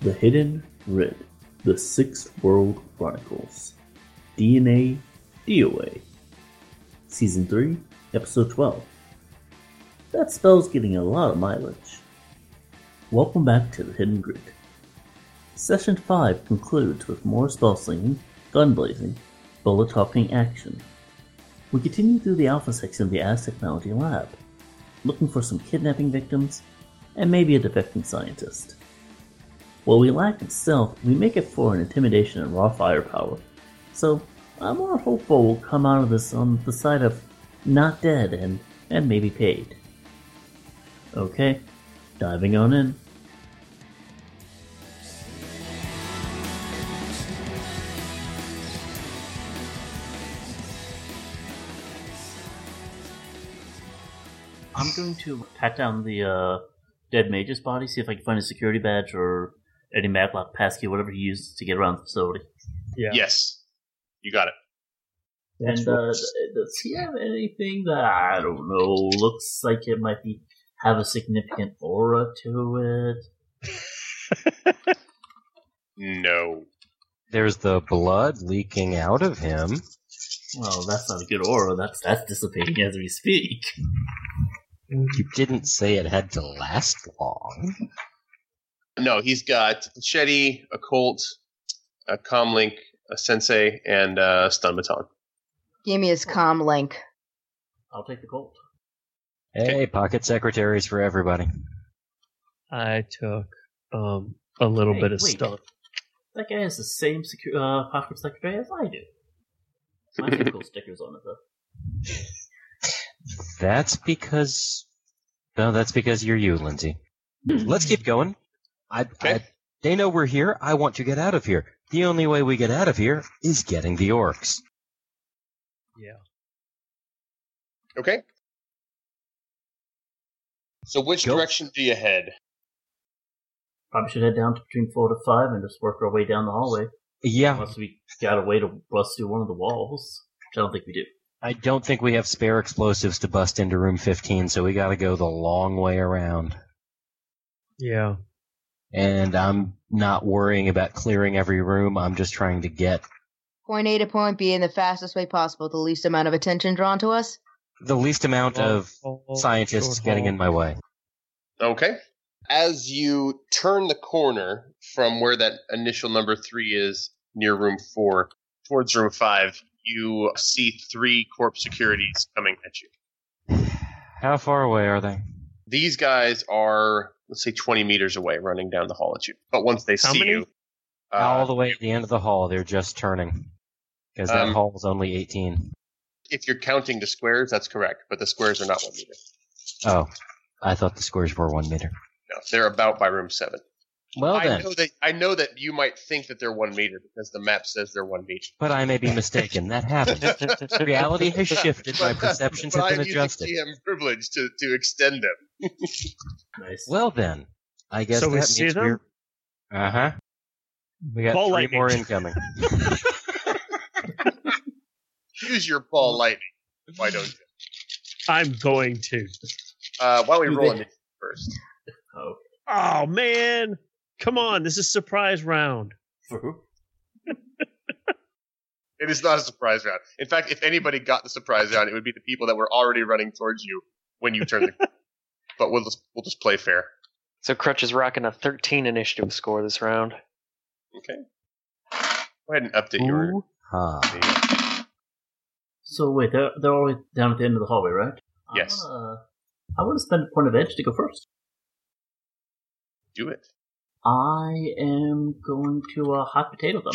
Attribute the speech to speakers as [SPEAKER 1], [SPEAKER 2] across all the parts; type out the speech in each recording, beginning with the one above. [SPEAKER 1] The Hidden Red, The Six World Chronicles, DNA, DOA, Season 3, Episode 12. That spell's getting a lot of mileage. Welcome back to The Hidden Grid. Session 5 concludes with more spell slinging, gun blazing, bullet talking action. We continue through the Alpha section of the As Technology Lab, looking for some kidnapping victims and maybe a defecting scientist. While we lack in stealth, we make it for in intimidation and raw firepower. So I'm more hopeful we'll come out of this on the side of not dead and, and maybe paid. Okay, diving on in. I'm going to pat down the uh, dead mage's body, see if I can find a security badge or any Matlock passkey, whatever he used to get around the facility.
[SPEAKER 2] Yeah.
[SPEAKER 3] Yes. You got it.
[SPEAKER 1] And uh, does he have anything that I don't know? Looks like it might be have a significant aura to it.
[SPEAKER 3] No.
[SPEAKER 4] There's the blood leaking out of him.
[SPEAKER 1] Well, that's not a good aura. That's that's dissipating as we speak.
[SPEAKER 4] You didn't say it had to last long.
[SPEAKER 3] No, he's got Shetty, a Colt, a Comlink, a Sensei, and a Stun Baton.
[SPEAKER 5] Give me his comm link.
[SPEAKER 1] I'll take the colt.
[SPEAKER 4] Hey, pocket secretaries for everybody.
[SPEAKER 2] I took um, a little
[SPEAKER 1] Hey,
[SPEAKER 2] bit of
[SPEAKER 1] wait.
[SPEAKER 2] stuff.
[SPEAKER 1] That guy has the same secu- uh, pocket secretary as I do. My typical stickers on it though.
[SPEAKER 4] That's because. No, that's because you're you, Lindsay. Let's keep going. I, I,
[SPEAKER 3] Okay.
[SPEAKER 4] they know we're here. I want to get out of here. The only way we get out of here is getting the orcs.
[SPEAKER 2] Yeah.
[SPEAKER 3] Okay. So which
[SPEAKER 4] Go.
[SPEAKER 3] direction do you head?
[SPEAKER 1] Probably should head down to between four to five and just work our way down the hallway.
[SPEAKER 4] Yeah,
[SPEAKER 1] Unless we got a way to bust through one of the walls, which I don't think we do.
[SPEAKER 4] I don't think we have spare explosives to bust into room 15, so we gotta go the long way around.
[SPEAKER 2] Yeah.
[SPEAKER 4] And I'm not worrying about clearing every room. I'm just trying to get
[SPEAKER 5] Point A to point B in the fastest way possible, the least amount of attention drawn to us.
[SPEAKER 4] the least amount of scientists getting in my way.
[SPEAKER 3] Okay. As you turn the corner from where that initial number three is near room four towards room five, you see three corp securities coming at you.
[SPEAKER 4] How far away are they?
[SPEAKER 3] These guys are, let's say, 20 meters away running down the hall at you. But once they
[SPEAKER 2] How
[SPEAKER 3] see
[SPEAKER 2] many?
[SPEAKER 3] you, uh,
[SPEAKER 4] All the way at the end of the hall, they're just turning. Because that
[SPEAKER 3] Um,
[SPEAKER 4] hall is only 18.
[SPEAKER 3] if you're counting the squares, that's correct. But the squares are not one meter.
[SPEAKER 4] Oh, I thought the squares were one meter.
[SPEAKER 3] No, they're about by room seven.
[SPEAKER 4] Well
[SPEAKER 3] I
[SPEAKER 4] then,
[SPEAKER 3] know that I know that you might think that they're one meter because the map says they're one meter.
[SPEAKER 4] but I may be mistaken. That happened. Reality has shifted. My perceptions
[SPEAKER 3] But
[SPEAKER 4] have been
[SPEAKER 3] I'm using
[SPEAKER 4] adjusted.
[SPEAKER 3] GM privilege to, to extend them. uh,
[SPEAKER 1] Nice.
[SPEAKER 4] Well then, I guess
[SPEAKER 2] So
[SPEAKER 4] that
[SPEAKER 2] we
[SPEAKER 4] means
[SPEAKER 2] see them?
[SPEAKER 4] we're. Uh huh. We got
[SPEAKER 2] Ball
[SPEAKER 4] three
[SPEAKER 2] lightning.
[SPEAKER 4] more incoming.
[SPEAKER 3] Use your
[SPEAKER 4] Mm.
[SPEAKER 3] ball lightning. Why don't you?
[SPEAKER 2] I'm going to.
[SPEAKER 3] Uh, why don't we
[SPEAKER 1] You
[SPEAKER 3] roll
[SPEAKER 1] bet.
[SPEAKER 3] initiative first?
[SPEAKER 1] oh,
[SPEAKER 2] Oh man! Come on, this is surprise round.
[SPEAKER 1] for who?
[SPEAKER 3] It is not a surprise round. In fact, if anybody got the surprise round, it would be the people that were already running towards you when you turned the. but we'll just we'll just play fair.
[SPEAKER 6] So Crutch is rocking a 13 initiative score this round.
[SPEAKER 3] Go ahead and update your.
[SPEAKER 4] Ooh, ha.
[SPEAKER 1] So wait, they're they're all down at the end of the hallway, right? I
[SPEAKER 3] Yes.
[SPEAKER 1] wanna- I want to spend a point of edge to go first.
[SPEAKER 3] Do it.
[SPEAKER 1] I am going to uh, hot potato them.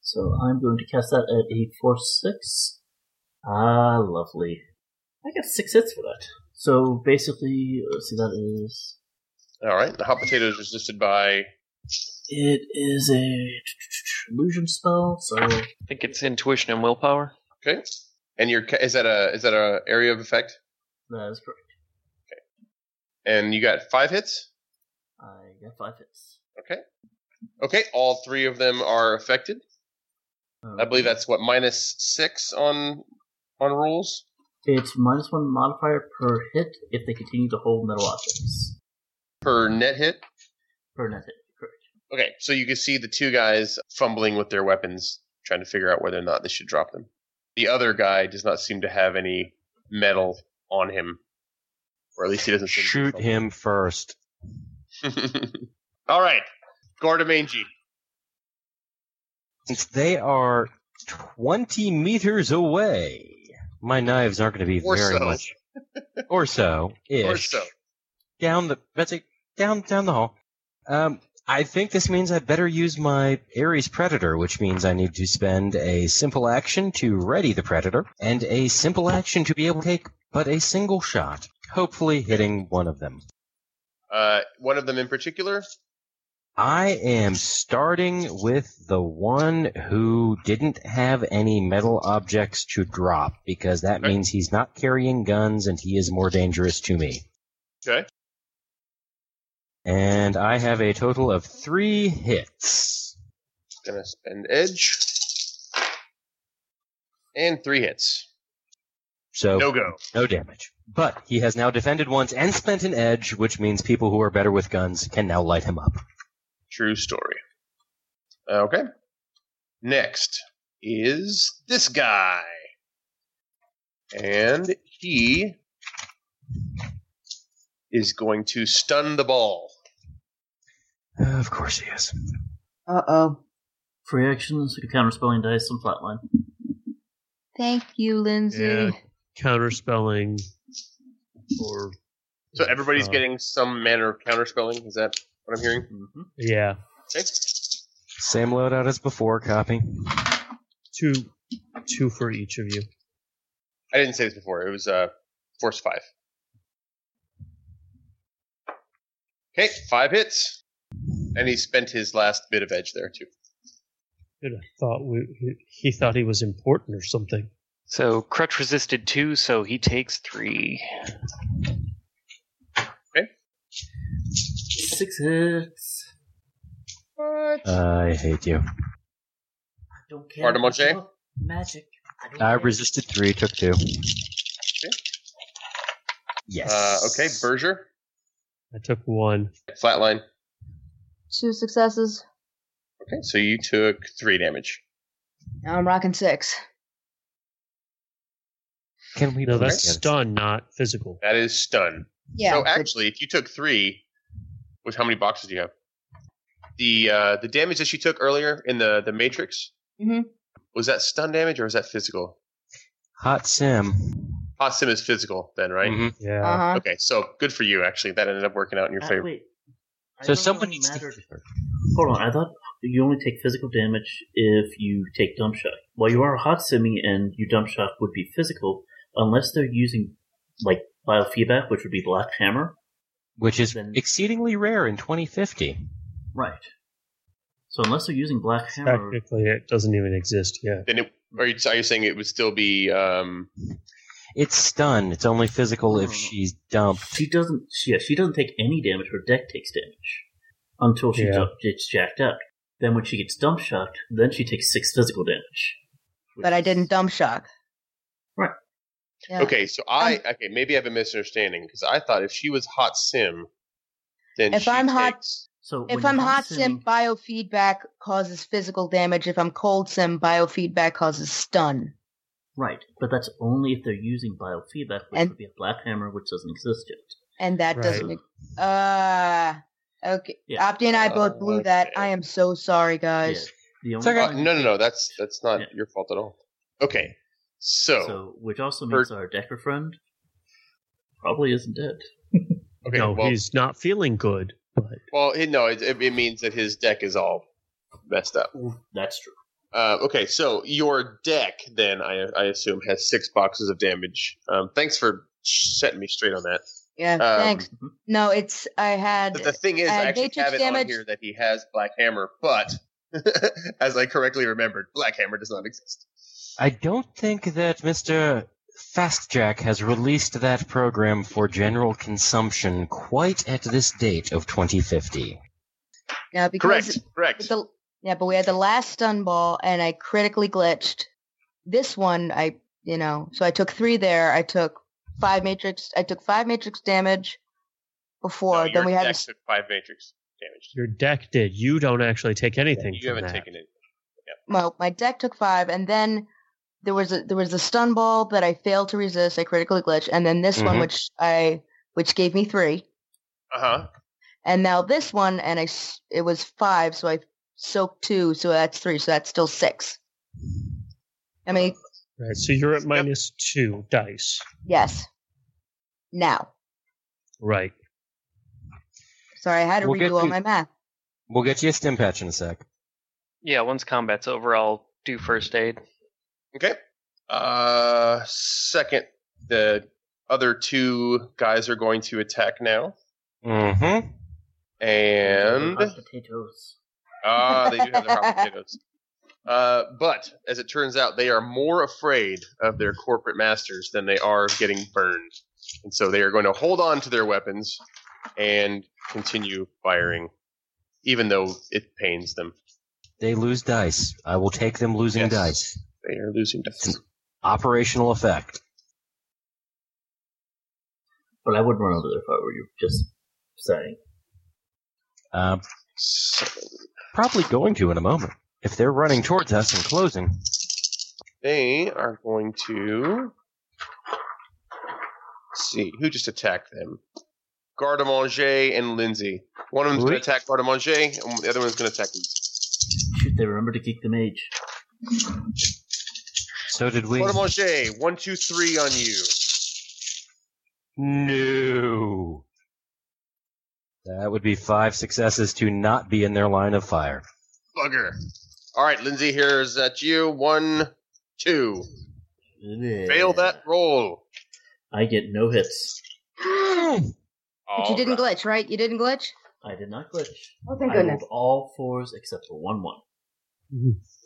[SPEAKER 1] So I'm going to cast that at a force six. Ah, lovely. I got six hits for that. So basically, let's see, that is
[SPEAKER 3] All right. The hot potato is resisted by.
[SPEAKER 1] it is a illusion spell. So
[SPEAKER 6] I think it's intuition and willpower.
[SPEAKER 3] Okay. And your ca- is that a is that a area of effect?
[SPEAKER 1] that is correct.
[SPEAKER 3] And you got five hits.
[SPEAKER 1] I got five hits.
[SPEAKER 3] Okay, all three of them are affected. I believe that's what minus six on on rules.
[SPEAKER 1] It's minus one modifier per hit if they continue to hold metal objects.
[SPEAKER 3] per net hit.
[SPEAKER 1] Per net hit, correct.
[SPEAKER 3] Okay, so you can see the two guys fumbling with their weapons, trying to figure out whether or not they should drop them. The other guy does not seem to have any metal on him, or at least he doesn't seem to
[SPEAKER 4] Shoot
[SPEAKER 3] be
[SPEAKER 4] him first.
[SPEAKER 3] fumbling. All right, Gordamangi.
[SPEAKER 4] Since they are 20 meters away, my knives aren't going to be
[SPEAKER 3] Or
[SPEAKER 4] very
[SPEAKER 3] so.
[SPEAKER 4] much. Or so. Ish.
[SPEAKER 3] Or so.
[SPEAKER 4] Down the, that's it, down, down the hall. Um, I think this means I better use my Ares Predator, which means I need to spend a simple action to ready the Predator, and a simple action to be able to take but a single shot, hopefully hitting one of them.
[SPEAKER 3] Uh, one of them in particular.
[SPEAKER 4] I am starting with the one who didn't have any metal objects to drop because that
[SPEAKER 3] Okay.
[SPEAKER 4] means he's not carrying guns and he is more dangerous to me.
[SPEAKER 3] Okay.
[SPEAKER 4] And I have a total of three hits.
[SPEAKER 3] Gonna spend edge. And three hits.
[SPEAKER 4] So
[SPEAKER 3] No go.
[SPEAKER 4] no damage. But he has now defended once and spent an edge, which means people who are better with guns can now light him up.
[SPEAKER 3] True story. Okay. Next is this guy. And he is going to stun the ball.
[SPEAKER 4] Of course he is.
[SPEAKER 5] Uh oh.
[SPEAKER 1] Free actions, like a counterspelling dice, and flatline.
[SPEAKER 5] Thank you, Lindsay.
[SPEAKER 2] Yeah. Counterspelling or
[SPEAKER 3] So everybody's
[SPEAKER 2] Uh,
[SPEAKER 3] getting some manner of counterspelling. Is that what I'm hearing?
[SPEAKER 1] Mm-hmm.
[SPEAKER 2] Yeah.
[SPEAKER 3] Okay.
[SPEAKER 4] Same loadout as before, copy.
[SPEAKER 2] Two two for each of you.
[SPEAKER 3] I didn't say this before. It was uh, force five. Okay, five hits. And he spent his last bit of edge there, too.
[SPEAKER 2] Good. I thought we, he, he thought he was important or something.
[SPEAKER 6] So crutch resisted two, so he takes three.
[SPEAKER 1] Six hits.
[SPEAKER 4] I hate you.
[SPEAKER 1] I don't care.
[SPEAKER 3] Bartimaeus?
[SPEAKER 1] I love Magic. don't
[SPEAKER 4] I
[SPEAKER 1] care.
[SPEAKER 4] resisted three, took two. Yes.
[SPEAKER 3] Uh, okay, Berger,
[SPEAKER 2] I took one.
[SPEAKER 3] flatline.
[SPEAKER 5] Two successes.
[SPEAKER 3] Okay, so you took three damage.
[SPEAKER 5] Now I'm rocking six.
[SPEAKER 4] Can we?
[SPEAKER 2] No,
[SPEAKER 4] please
[SPEAKER 2] that's
[SPEAKER 4] get-
[SPEAKER 2] stun, not physical.
[SPEAKER 3] That is stun.
[SPEAKER 5] Yeah.
[SPEAKER 3] so actually, if you took three, which how many boxes do you have? The uh, the damage that she took earlier in the the matrix
[SPEAKER 5] Mhm.
[SPEAKER 3] was that stun damage or was that physical?
[SPEAKER 4] Hot sim.
[SPEAKER 3] Hot sim is physical then, right?
[SPEAKER 4] Mhm.
[SPEAKER 2] Yeah.
[SPEAKER 5] Uh huh.
[SPEAKER 3] Okay, so good for you actually. That ended up working out in your
[SPEAKER 1] Ah,
[SPEAKER 3] favor.
[SPEAKER 1] wait. I
[SPEAKER 4] So
[SPEAKER 1] thought
[SPEAKER 4] someone
[SPEAKER 1] it
[SPEAKER 4] needs
[SPEAKER 1] mattered-
[SPEAKER 4] to.
[SPEAKER 1] Hold on, I thought you only take physical damage if you take dump shock. While you are hot simming and your dump shock would be physical, unless they're using like biofeedback, which would be black hammer.
[SPEAKER 4] Which is
[SPEAKER 1] Then-
[SPEAKER 4] exceedingly rare in 2050.
[SPEAKER 1] Right. So unless they're using black hammer,
[SPEAKER 2] Technically, it doesn't even exist yet.
[SPEAKER 3] Then it, are you are you saying it would still be um,
[SPEAKER 4] It's stun. It's only physical if
[SPEAKER 1] Hmm.
[SPEAKER 4] she's dumped.
[SPEAKER 1] she doesn't. Yeah, she doesn't take any damage. Her deck takes damage until she
[SPEAKER 2] Yeah.
[SPEAKER 1] ju- gets jacked up. Then when she gets dump shocked, then she takes six physical damage. which
[SPEAKER 5] But I
[SPEAKER 1] is-
[SPEAKER 5] didn't dump shock.
[SPEAKER 1] Right.
[SPEAKER 5] Yeah.
[SPEAKER 3] okay? So I
[SPEAKER 5] Um,
[SPEAKER 3] okay maybe I have a misunderstanding because I thought if she was hot sim, then
[SPEAKER 5] If
[SPEAKER 3] she
[SPEAKER 5] I'm hot-
[SPEAKER 3] takes-
[SPEAKER 1] So
[SPEAKER 5] If
[SPEAKER 1] when
[SPEAKER 5] I'm
[SPEAKER 1] you're
[SPEAKER 5] hot sim,
[SPEAKER 1] simming-
[SPEAKER 5] biofeedback causes physical damage. If I'm cold sim, biofeedback causes stun.
[SPEAKER 1] Right, but that's only if they're using biofeedback, which
[SPEAKER 5] And-
[SPEAKER 1] would be a black hammer, which doesn't exist yet.
[SPEAKER 5] And that
[SPEAKER 2] Right.
[SPEAKER 5] doesn't. Uh, okay.
[SPEAKER 1] Yeah.
[SPEAKER 5] Opti and I both
[SPEAKER 3] Uh,
[SPEAKER 5] blew that.
[SPEAKER 3] Okay.
[SPEAKER 5] I am so sorry, guys.
[SPEAKER 1] The
[SPEAKER 4] It's
[SPEAKER 1] only
[SPEAKER 4] okay.
[SPEAKER 3] Uh, no, no, no. That's that's not
[SPEAKER 1] Yeah.
[SPEAKER 3] your fault at all. Okay,
[SPEAKER 1] So,
[SPEAKER 3] so,
[SPEAKER 1] which also
[SPEAKER 3] For-
[SPEAKER 1] means our Decker friend probably isn't dead.
[SPEAKER 3] okay,
[SPEAKER 2] no,
[SPEAKER 3] well,
[SPEAKER 2] he's not feeling good. But
[SPEAKER 3] well, it, no, it, it it means that his deck is all messed up.
[SPEAKER 1] That's true.
[SPEAKER 3] Uh, okay, so your deck then I I assume has six boxes of damage. Um, thanks for setting me straight on that.
[SPEAKER 5] Yeah,
[SPEAKER 3] Um,
[SPEAKER 5] thanks. No, it's I had
[SPEAKER 3] But the thing is,
[SPEAKER 5] Uh,
[SPEAKER 3] I actually
[SPEAKER 5] matrix
[SPEAKER 3] have it on
[SPEAKER 5] damage-
[SPEAKER 3] here that he has Black Hammer, but as I correctly remembered, Black Hammer does not exist.
[SPEAKER 4] I don't think that Mr. Fastjack has released that program for general consumption quite at this date of 2050.
[SPEAKER 5] now because
[SPEAKER 3] correct, correct.
[SPEAKER 5] with the- yeah, but we had the last stun ball, and I critically glitched. This one, I you know, so I took three there. I took five matrix. I took five matrix damage
[SPEAKER 3] No,
[SPEAKER 5] before.
[SPEAKER 3] Oh, your
[SPEAKER 5] then we had
[SPEAKER 3] deck
[SPEAKER 5] this,
[SPEAKER 3] took five matrix. damage.
[SPEAKER 2] Your deck did. You don't actually take anything.
[SPEAKER 3] You
[SPEAKER 2] from
[SPEAKER 3] haven't
[SPEAKER 2] that.
[SPEAKER 3] taken it.
[SPEAKER 5] well, my deck took five, and then there was a there was the stun ball that I failed to resist. I critically glitched, and then this one,
[SPEAKER 3] Mm-hmm.
[SPEAKER 4] Mhm.
[SPEAKER 5] which I which gave me three,
[SPEAKER 3] Uh huh.
[SPEAKER 5] and now this one, and I s- it was five, so I soaked two, so that's three, so that's still six. I mean,
[SPEAKER 2] Right. So you're at
[SPEAKER 3] Yep.
[SPEAKER 2] minus two dice.
[SPEAKER 5] yes. Now,
[SPEAKER 2] Right.
[SPEAKER 5] sorry, I had to
[SPEAKER 4] We'll get
[SPEAKER 5] redo all
[SPEAKER 4] to-
[SPEAKER 5] my math.
[SPEAKER 4] We'll get you a stim patch in a sec.
[SPEAKER 6] Yeah, once combat's over, I'll do first aid.
[SPEAKER 3] Okay. Uh, second, the other two guys are going to attack now,
[SPEAKER 4] Mm-hmm.
[SPEAKER 3] and
[SPEAKER 1] Hot potatoes.
[SPEAKER 3] ah, they do have their hot potatoes. Uh, but as it turns out, they are more afraid of their corporate masters than they are of getting burned, and so they are going to hold on to their weapons and continue firing, even though it pains them.
[SPEAKER 4] They lose dice. I will take them losing
[SPEAKER 3] Yes.
[SPEAKER 4] dice.
[SPEAKER 3] They are losing dice.
[SPEAKER 4] Operational effect.
[SPEAKER 1] But I would run over there if I were you. Just saying.
[SPEAKER 4] Uh, probably going to in a moment. If they're running towards us and closing,
[SPEAKER 3] They are going to let's see who just attacked them. Gardemanger and Lindsay. One of them's going
[SPEAKER 4] Oui.
[SPEAKER 3] to attack Gardemanger, and the other one's going to attack Lindsay.
[SPEAKER 1] Shoot, they remember to kick the mage.
[SPEAKER 4] so did we.
[SPEAKER 3] Gardemanger, one, two, three on you.
[SPEAKER 4] No. That would be five successes to not be in their line of fire.
[SPEAKER 3] Bugger. All right, Lindsay, here's at you. One, two. Fail that roll.
[SPEAKER 1] I get no hits.
[SPEAKER 5] But you
[SPEAKER 3] All
[SPEAKER 5] didn't
[SPEAKER 3] right.
[SPEAKER 5] glitch, right? You didn't glitch.
[SPEAKER 1] I did not glitch.
[SPEAKER 5] Oh, thank
[SPEAKER 1] I rolled all fours except for one one.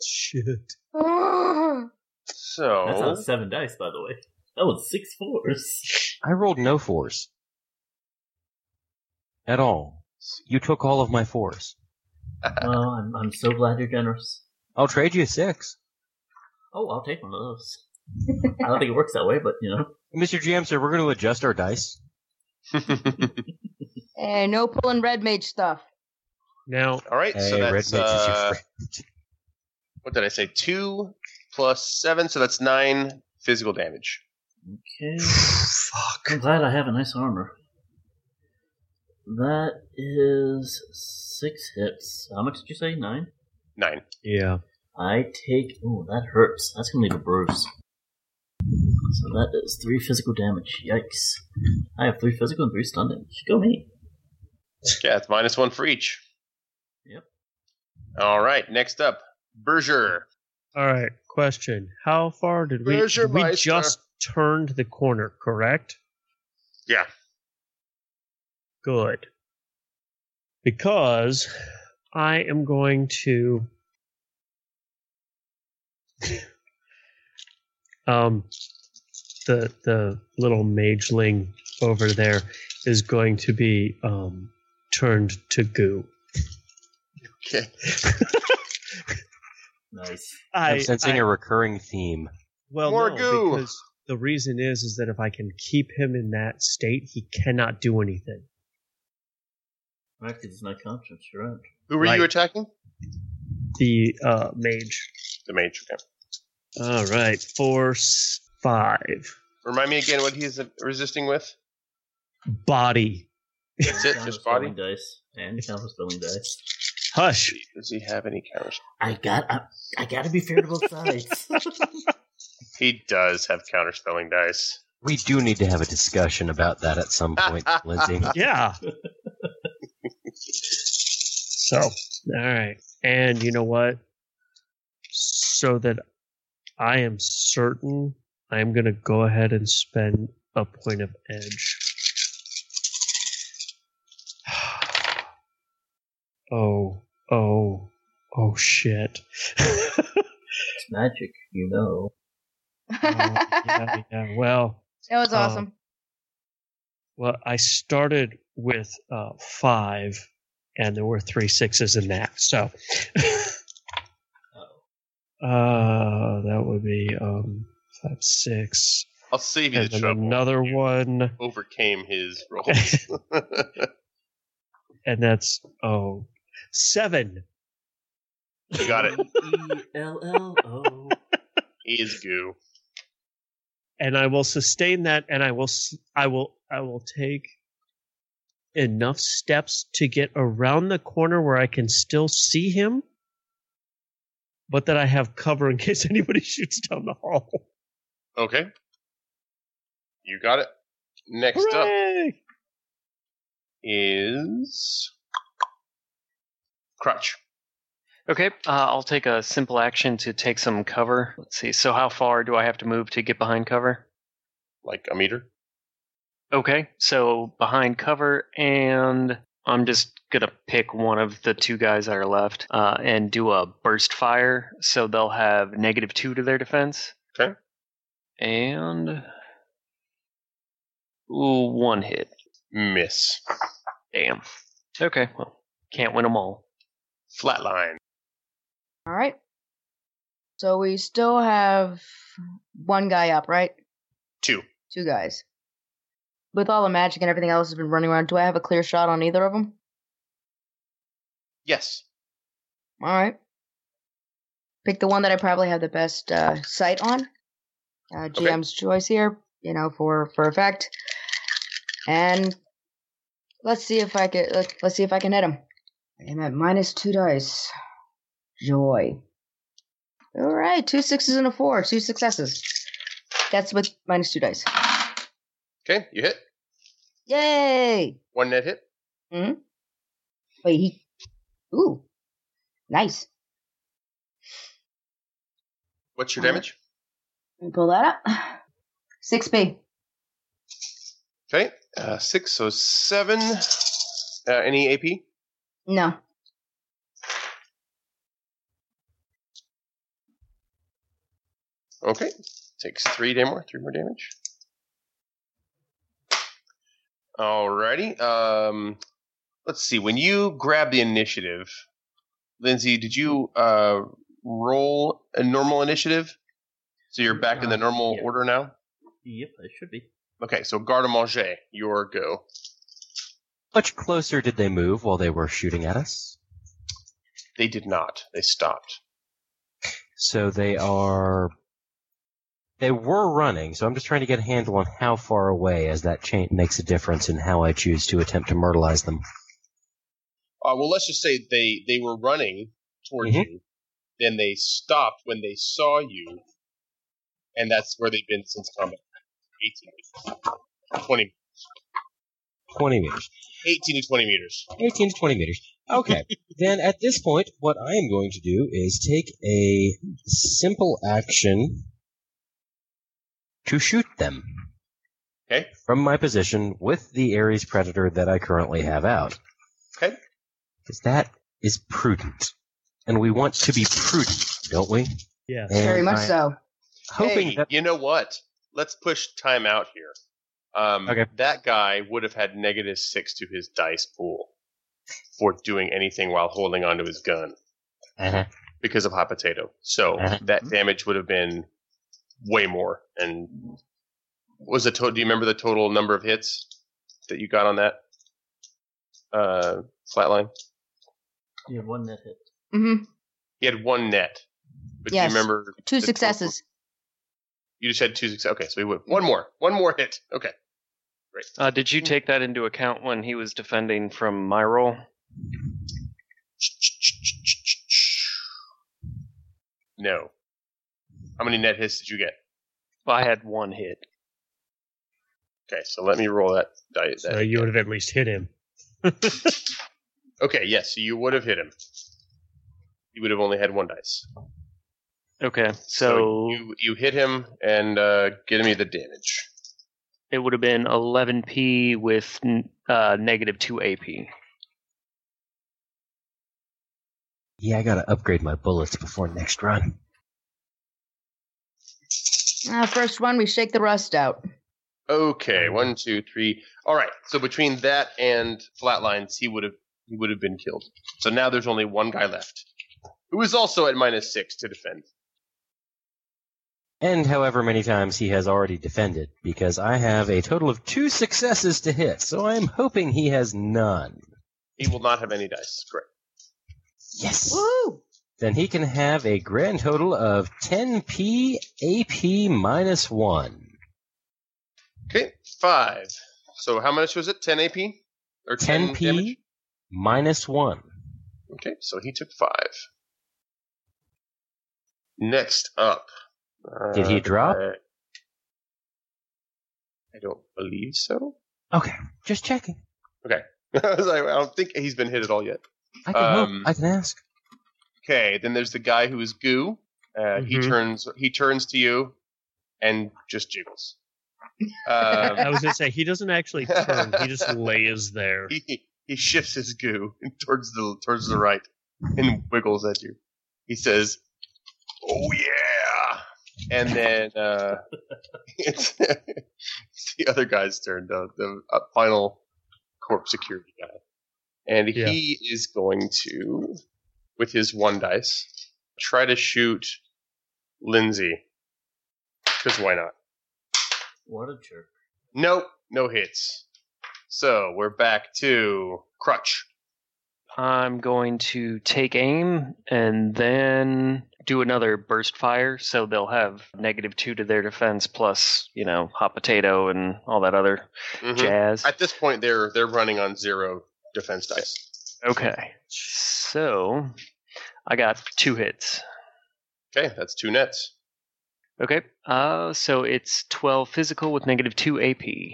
[SPEAKER 2] Shit.
[SPEAKER 1] That's
[SPEAKER 3] So
[SPEAKER 1] not seven dice, by the way. That was six fours.
[SPEAKER 4] I rolled no fours. At all. You took all of my fours.
[SPEAKER 1] well, I'm, I'm so glad you're generous.
[SPEAKER 4] I'll trade you a six.
[SPEAKER 1] Oh, I'll take one of those. I don't think it works that way, but you know.
[SPEAKER 4] Mr. GM, sir, we're going to adjust our dice.
[SPEAKER 5] Hey, Eh, no pulling red mage stuff.
[SPEAKER 2] Now,
[SPEAKER 3] all right, so
[SPEAKER 4] Hey,
[SPEAKER 3] that's
[SPEAKER 4] Red Mage is your
[SPEAKER 3] uh,
[SPEAKER 4] friend.
[SPEAKER 3] what did I say? Two plus seven, so that's nine physical damage.
[SPEAKER 1] Okay. I'm glad I have a nice armor. That is six hits. How much did you say? Nine?
[SPEAKER 3] Nine.
[SPEAKER 2] yeah.
[SPEAKER 1] I take. Oh, that hurts. That's gonna leave a bruise. So that is three physical damage. Yikes. I have three physical and three stun damage. Go me.
[SPEAKER 3] Yeah, it's minus one for each.
[SPEAKER 1] Yep.
[SPEAKER 3] All right, next up, Berger.
[SPEAKER 2] All right. Question: How far did we?
[SPEAKER 3] Where's your
[SPEAKER 2] we
[SPEAKER 3] Meister?
[SPEAKER 2] just turned the corner, correct?
[SPEAKER 3] Yeah.
[SPEAKER 2] Good. Because I am going to. um, the the little mageling over there is going to be um turned to goo.
[SPEAKER 3] Okay.
[SPEAKER 1] Nice.
[SPEAKER 4] I'm sensing a recurring theme.
[SPEAKER 2] Well,
[SPEAKER 3] More
[SPEAKER 2] no,
[SPEAKER 3] goo.
[SPEAKER 2] because the reason is is that if I can keep him in that state, he cannot do anything.
[SPEAKER 1] Right, 'cause it's not conscious. You're right.
[SPEAKER 3] Who were
[SPEAKER 2] Right.
[SPEAKER 3] you attacking?
[SPEAKER 2] The uh, mage.
[SPEAKER 3] The mage. Okay.
[SPEAKER 2] All right, force five,
[SPEAKER 3] Remind me again what he's resisting with.
[SPEAKER 2] body.
[SPEAKER 3] That's it. Just body.
[SPEAKER 1] Counterspelling dice and counterspelling dice.
[SPEAKER 2] Hush.
[SPEAKER 3] Does he have any counters?
[SPEAKER 1] I got. I, I gotta be fair to both sides.
[SPEAKER 3] He does have counterspelling dice.
[SPEAKER 4] We do need to have a discussion about that at some point, Lindsay.
[SPEAKER 2] Yeah. so, all right, and you know what? So that I am certain, I am going to go ahead and spend a point of edge. Oh, oh, oh, shit.
[SPEAKER 1] it's magic, you know.
[SPEAKER 2] Oh, yeah, yeah. Well,
[SPEAKER 5] That was
[SPEAKER 4] Oh.
[SPEAKER 2] Um,
[SPEAKER 5] awesome.
[SPEAKER 2] well, I started with uh, five, and there were three sixes in that. So uh, that would be um, five, six,
[SPEAKER 3] I'll save you
[SPEAKER 2] and
[SPEAKER 3] the
[SPEAKER 2] then
[SPEAKER 3] trouble.
[SPEAKER 2] another one.
[SPEAKER 3] Overcame his rolls.
[SPEAKER 2] and that's oh seven.
[SPEAKER 3] You got it.
[SPEAKER 1] E E-E-L-L-O.
[SPEAKER 3] He is goo.
[SPEAKER 2] and I will sustain that, and I will, s- I will, I will take enough steps to get around the corner where I can still see him, but that I have cover in case anybody shoots down the hall.
[SPEAKER 3] Okay. You got it. Next up
[SPEAKER 2] Hooray!
[SPEAKER 3] is Crutch.
[SPEAKER 6] Okay, uh, I'll take a simple action to take some cover. Let's see. So, how far do I have to move to get behind cover?
[SPEAKER 3] Like a meter.
[SPEAKER 6] Okay, so behind cover, and I'm just gonna pick one of the two guys that are left uh, and do a burst fire. So they'll have negative two to their defense.
[SPEAKER 3] Okay.
[SPEAKER 6] And ooh, one hit.
[SPEAKER 3] Miss.
[SPEAKER 6] Damn. Okay, well, can't win them all.
[SPEAKER 3] Flatline.
[SPEAKER 5] All right. So we still have one guy up, right?
[SPEAKER 3] Two.
[SPEAKER 5] Two guys. With all the magic and everything else that's been running around, do I have a clear shot on either of them?
[SPEAKER 3] Yes.
[SPEAKER 5] All right. Pick the one that I probably have the best uh, sight on. Uh,
[SPEAKER 3] Okay.
[SPEAKER 5] GM's choice here, you know, for for a fact. And let's see if I can let, let's see if I can hit him. I'm at minus two dice. Joy. All right, two sixes and a four, two successes. That's with minus two dice.
[SPEAKER 3] Okay, you hit.
[SPEAKER 5] Yay!
[SPEAKER 3] One net hit.
[SPEAKER 5] Wait, he. Ooh, nice.
[SPEAKER 3] What's your
[SPEAKER 5] Uh-huh.
[SPEAKER 3] damage?
[SPEAKER 5] Let me pull that up. Six B.
[SPEAKER 3] Okay. Uh, six, so seven. Uh, any AP?
[SPEAKER 5] No.
[SPEAKER 3] Okay. Takes three dam- more, three more damage. Alrighty. Um let's see. When you grab the initiative, Lindsay, did you uh roll a normal initiative? So you're back in the
[SPEAKER 1] Uh,
[SPEAKER 3] normal
[SPEAKER 1] yeah.
[SPEAKER 3] order now?
[SPEAKER 1] Yep, I should be.
[SPEAKER 3] Okay, so garde manger, your go.
[SPEAKER 4] Much closer did they move while they were shooting at us?
[SPEAKER 3] They did not. They stopped.
[SPEAKER 4] So they are. They were running, so I'm just trying to get a handle on how far away, as that cha- makes a difference in how I choose to attempt to myrtleize them.
[SPEAKER 3] Uh, well let's just say they they were running towards
[SPEAKER 4] Mhm.
[SPEAKER 3] you. Then they stopped when they saw you. And that's where they've been since combat. 18 20
[SPEAKER 4] 20 meters.
[SPEAKER 3] 18 to 20 meters.
[SPEAKER 4] 18 to 20 meters. Okay. then at this point, what I am going to do is take a simple action to shoot them.
[SPEAKER 3] Okay.
[SPEAKER 4] From my position with the Ares Predator that I currently have out.
[SPEAKER 3] Okay.
[SPEAKER 4] Because that is prudent. And we want to be prudent, don't we?
[SPEAKER 2] Yeah.
[SPEAKER 4] And
[SPEAKER 5] Very much
[SPEAKER 4] I-
[SPEAKER 5] so.
[SPEAKER 4] Hoping
[SPEAKER 3] hey,
[SPEAKER 4] that
[SPEAKER 3] you know what? Let's push time out here. Um,
[SPEAKER 4] Okay.
[SPEAKER 3] That guy would have had negative six to his dice pool for doing anything while holding onto his gun
[SPEAKER 4] Uh-huh.
[SPEAKER 3] because of hot potato. So
[SPEAKER 4] Uh-huh.
[SPEAKER 3] that damage would have been way more. And what was the total? Do you remember the total number of hits that you got on that uh, flatline?
[SPEAKER 1] You have one net hit.
[SPEAKER 5] Mm-hmm.
[SPEAKER 3] He had one net. But
[SPEAKER 5] Yes.
[SPEAKER 3] do you remember
[SPEAKER 5] Two
[SPEAKER 3] the total?
[SPEAKER 5] successes.
[SPEAKER 3] You just had two success. Okay, so he would one more, one more hit. Okay.
[SPEAKER 6] Uh, did you
[SPEAKER 5] Yeah.
[SPEAKER 6] take that into account when he was defending from my roll?
[SPEAKER 3] No. How many net hits did you get?
[SPEAKER 6] I had one hit.
[SPEAKER 3] Okay, so let me roll that dice.
[SPEAKER 2] So you would have at least hit him.
[SPEAKER 3] okay, yes, so you would have hit him. You would have only had one dice.
[SPEAKER 6] Okay, so,
[SPEAKER 3] you, you hit him and uh, get me the damage.
[SPEAKER 6] it would have been 11p with n- uh, negative 2 AP.
[SPEAKER 4] Yeah, I gotta upgrade my bullets before next run.
[SPEAKER 5] Uh, first one, we shake the rust out.
[SPEAKER 3] Okay, one, two, three. All right. So between that and flatlines, he would have he would have been killed. So now there's only one guy left, who is also at minus six to defend.
[SPEAKER 4] And however many times he has already defended, because I have a total of two successes to hit, so I am hoping he has none.
[SPEAKER 3] He will not have any dice. Great.
[SPEAKER 4] Yes.
[SPEAKER 5] Woo!
[SPEAKER 4] Then he can have a grand total of 10p AP minus 1.
[SPEAKER 3] Okay, five. So how much was it? Ten AP or 10 damage?
[SPEAKER 4] 10p minus 1.
[SPEAKER 3] Okay, so he took five. Next up.
[SPEAKER 4] Did he drop?
[SPEAKER 3] uh, I don't believe so.
[SPEAKER 4] Just checking.
[SPEAKER 3] I was like, I don't think he's been hit at all yet.
[SPEAKER 4] I can
[SPEAKER 3] Um,
[SPEAKER 4] help. I can ask.
[SPEAKER 3] Okay, then there's the guy who is goo. Uh, He
[SPEAKER 4] Mm-hmm.
[SPEAKER 2] Mhm.
[SPEAKER 3] turns he turns to you and just jiggles. Um,
[SPEAKER 2] I was gonna say he doesn't actually turn; he just lays there.
[SPEAKER 3] he, he shifts his goo towards the towards the right and wiggles at you. He says, "Oh yeah," and then uh, it's, it's the other guy's turn, the the uh, final corp security guy, and
[SPEAKER 2] Yeah.
[SPEAKER 3] he is going to, with his one dice, try to shoot Lindsay. Because why not?
[SPEAKER 1] What a jerk.
[SPEAKER 3] Nope, no hits. So we're back to Crutch.
[SPEAKER 6] I'm going to take aim and then do another burst fire, so they'll have negative two to their defense, plus you know hot potato and all that other
[SPEAKER 3] Mhm.
[SPEAKER 6] jazz.
[SPEAKER 3] At this point, they're they're running on zero defense dice.
[SPEAKER 6] Okay, so I got two hits.
[SPEAKER 3] Okay, that's two nets.
[SPEAKER 6] Okay, uh, so it's twelve physical with negative two AP.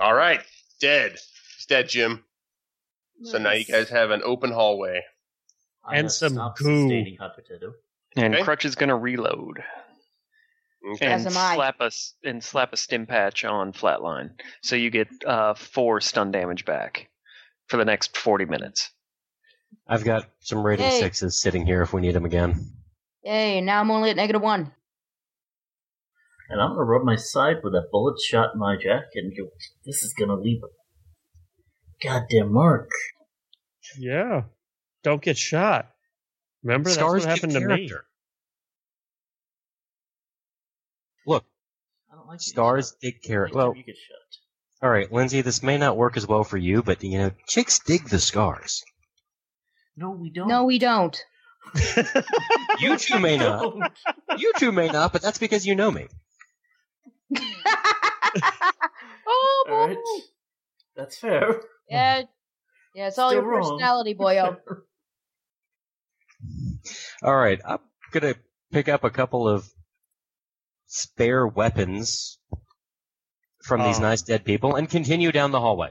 [SPEAKER 3] All right, dead. He's dead, Jim. So now you guys have an open hallway.
[SPEAKER 1] I
[SPEAKER 2] And
[SPEAKER 1] have
[SPEAKER 2] some
[SPEAKER 1] stopped
[SPEAKER 2] goo.
[SPEAKER 1] sustaining hot potato.
[SPEAKER 6] And
[SPEAKER 3] Okay.
[SPEAKER 6] Crutch is gonna reload
[SPEAKER 3] Okay.
[SPEAKER 6] and
[SPEAKER 5] As am I.
[SPEAKER 6] slap us and slap a stim patch on flatline, so you get uh, four stun damage back for the next forty minutes.
[SPEAKER 4] I've got some rating
[SPEAKER 5] Hey.
[SPEAKER 4] sixes sitting here if we need them again.
[SPEAKER 5] Yay, now I'm only at negative one.
[SPEAKER 1] And I'm gonna rub my side with a bullet shot in my jacket and go, this is gonna leave a goddamn mark.
[SPEAKER 2] Yeah, don't get shot. Remember
[SPEAKER 4] Scars
[SPEAKER 2] that's what happened
[SPEAKER 4] give
[SPEAKER 2] to me.
[SPEAKER 4] character. Look,
[SPEAKER 1] I don't like
[SPEAKER 4] stars dig
[SPEAKER 1] Anytime
[SPEAKER 4] character. Well,
[SPEAKER 1] you get shot.
[SPEAKER 4] all right, Lindsay, this may not work as well for you, but you know, chicks dig the scars.
[SPEAKER 1] No, we don't.
[SPEAKER 5] No, we don't.
[SPEAKER 4] You two may not.
[SPEAKER 1] don't.
[SPEAKER 4] You two may not, but that's because you know me.
[SPEAKER 5] oh,
[SPEAKER 1] All right.
[SPEAKER 5] boy.
[SPEAKER 1] That's fair.
[SPEAKER 5] Yeah, yeah, it's all
[SPEAKER 1] Still
[SPEAKER 5] your
[SPEAKER 1] wrong.
[SPEAKER 5] personality, Oh, boyo.
[SPEAKER 4] All right, I'm gonna pick up a couple of spare weapons from these
[SPEAKER 2] Oh.
[SPEAKER 4] nice dead people and continue down the hallway.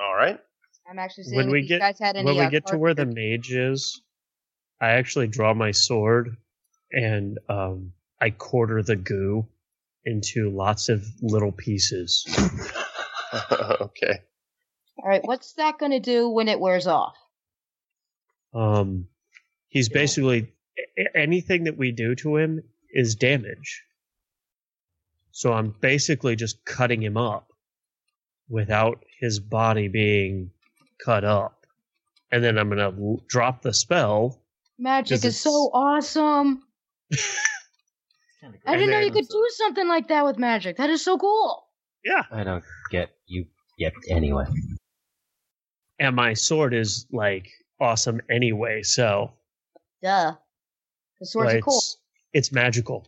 [SPEAKER 3] All right.
[SPEAKER 5] I'm actually
[SPEAKER 2] When
[SPEAKER 5] seeing
[SPEAKER 2] we
[SPEAKER 5] if
[SPEAKER 2] get-
[SPEAKER 5] you guys had any.
[SPEAKER 2] when we
[SPEAKER 5] uh,
[SPEAKER 2] get to
[SPEAKER 5] cards.
[SPEAKER 2] where the mage is, I actually draw my sword and um, I quarter the goo into lots of little pieces.
[SPEAKER 3] okay.
[SPEAKER 5] All right, what's that going to do when it wears off?
[SPEAKER 2] Um, he's
[SPEAKER 1] Yeah.
[SPEAKER 2] basically a- a- anything that we do to him is damage. So I'm basically just cutting him up without his body being cut up. And then I'm going to l- drop the spell.
[SPEAKER 5] Magic
[SPEAKER 2] Does
[SPEAKER 5] is
[SPEAKER 2] it
[SPEAKER 5] so
[SPEAKER 2] s-
[SPEAKER 5] awesome. I
[SPEAKER 2] And
[SPEAKER 5] didn't know
[SPEAKER 2] then-
[SPEAKER 5] you could do something like that with magic. That is so cool.
[SPEAKER 4] I don't get you yet anyway.
[SPEAKER 2] And my sword is like awesome anyway. So
[SPEAKER 5] Duh. The swords are
[SPEAKER 2] like,
[SPEAKER 5] cool.
[SPEAKER 2] it's, it's magical.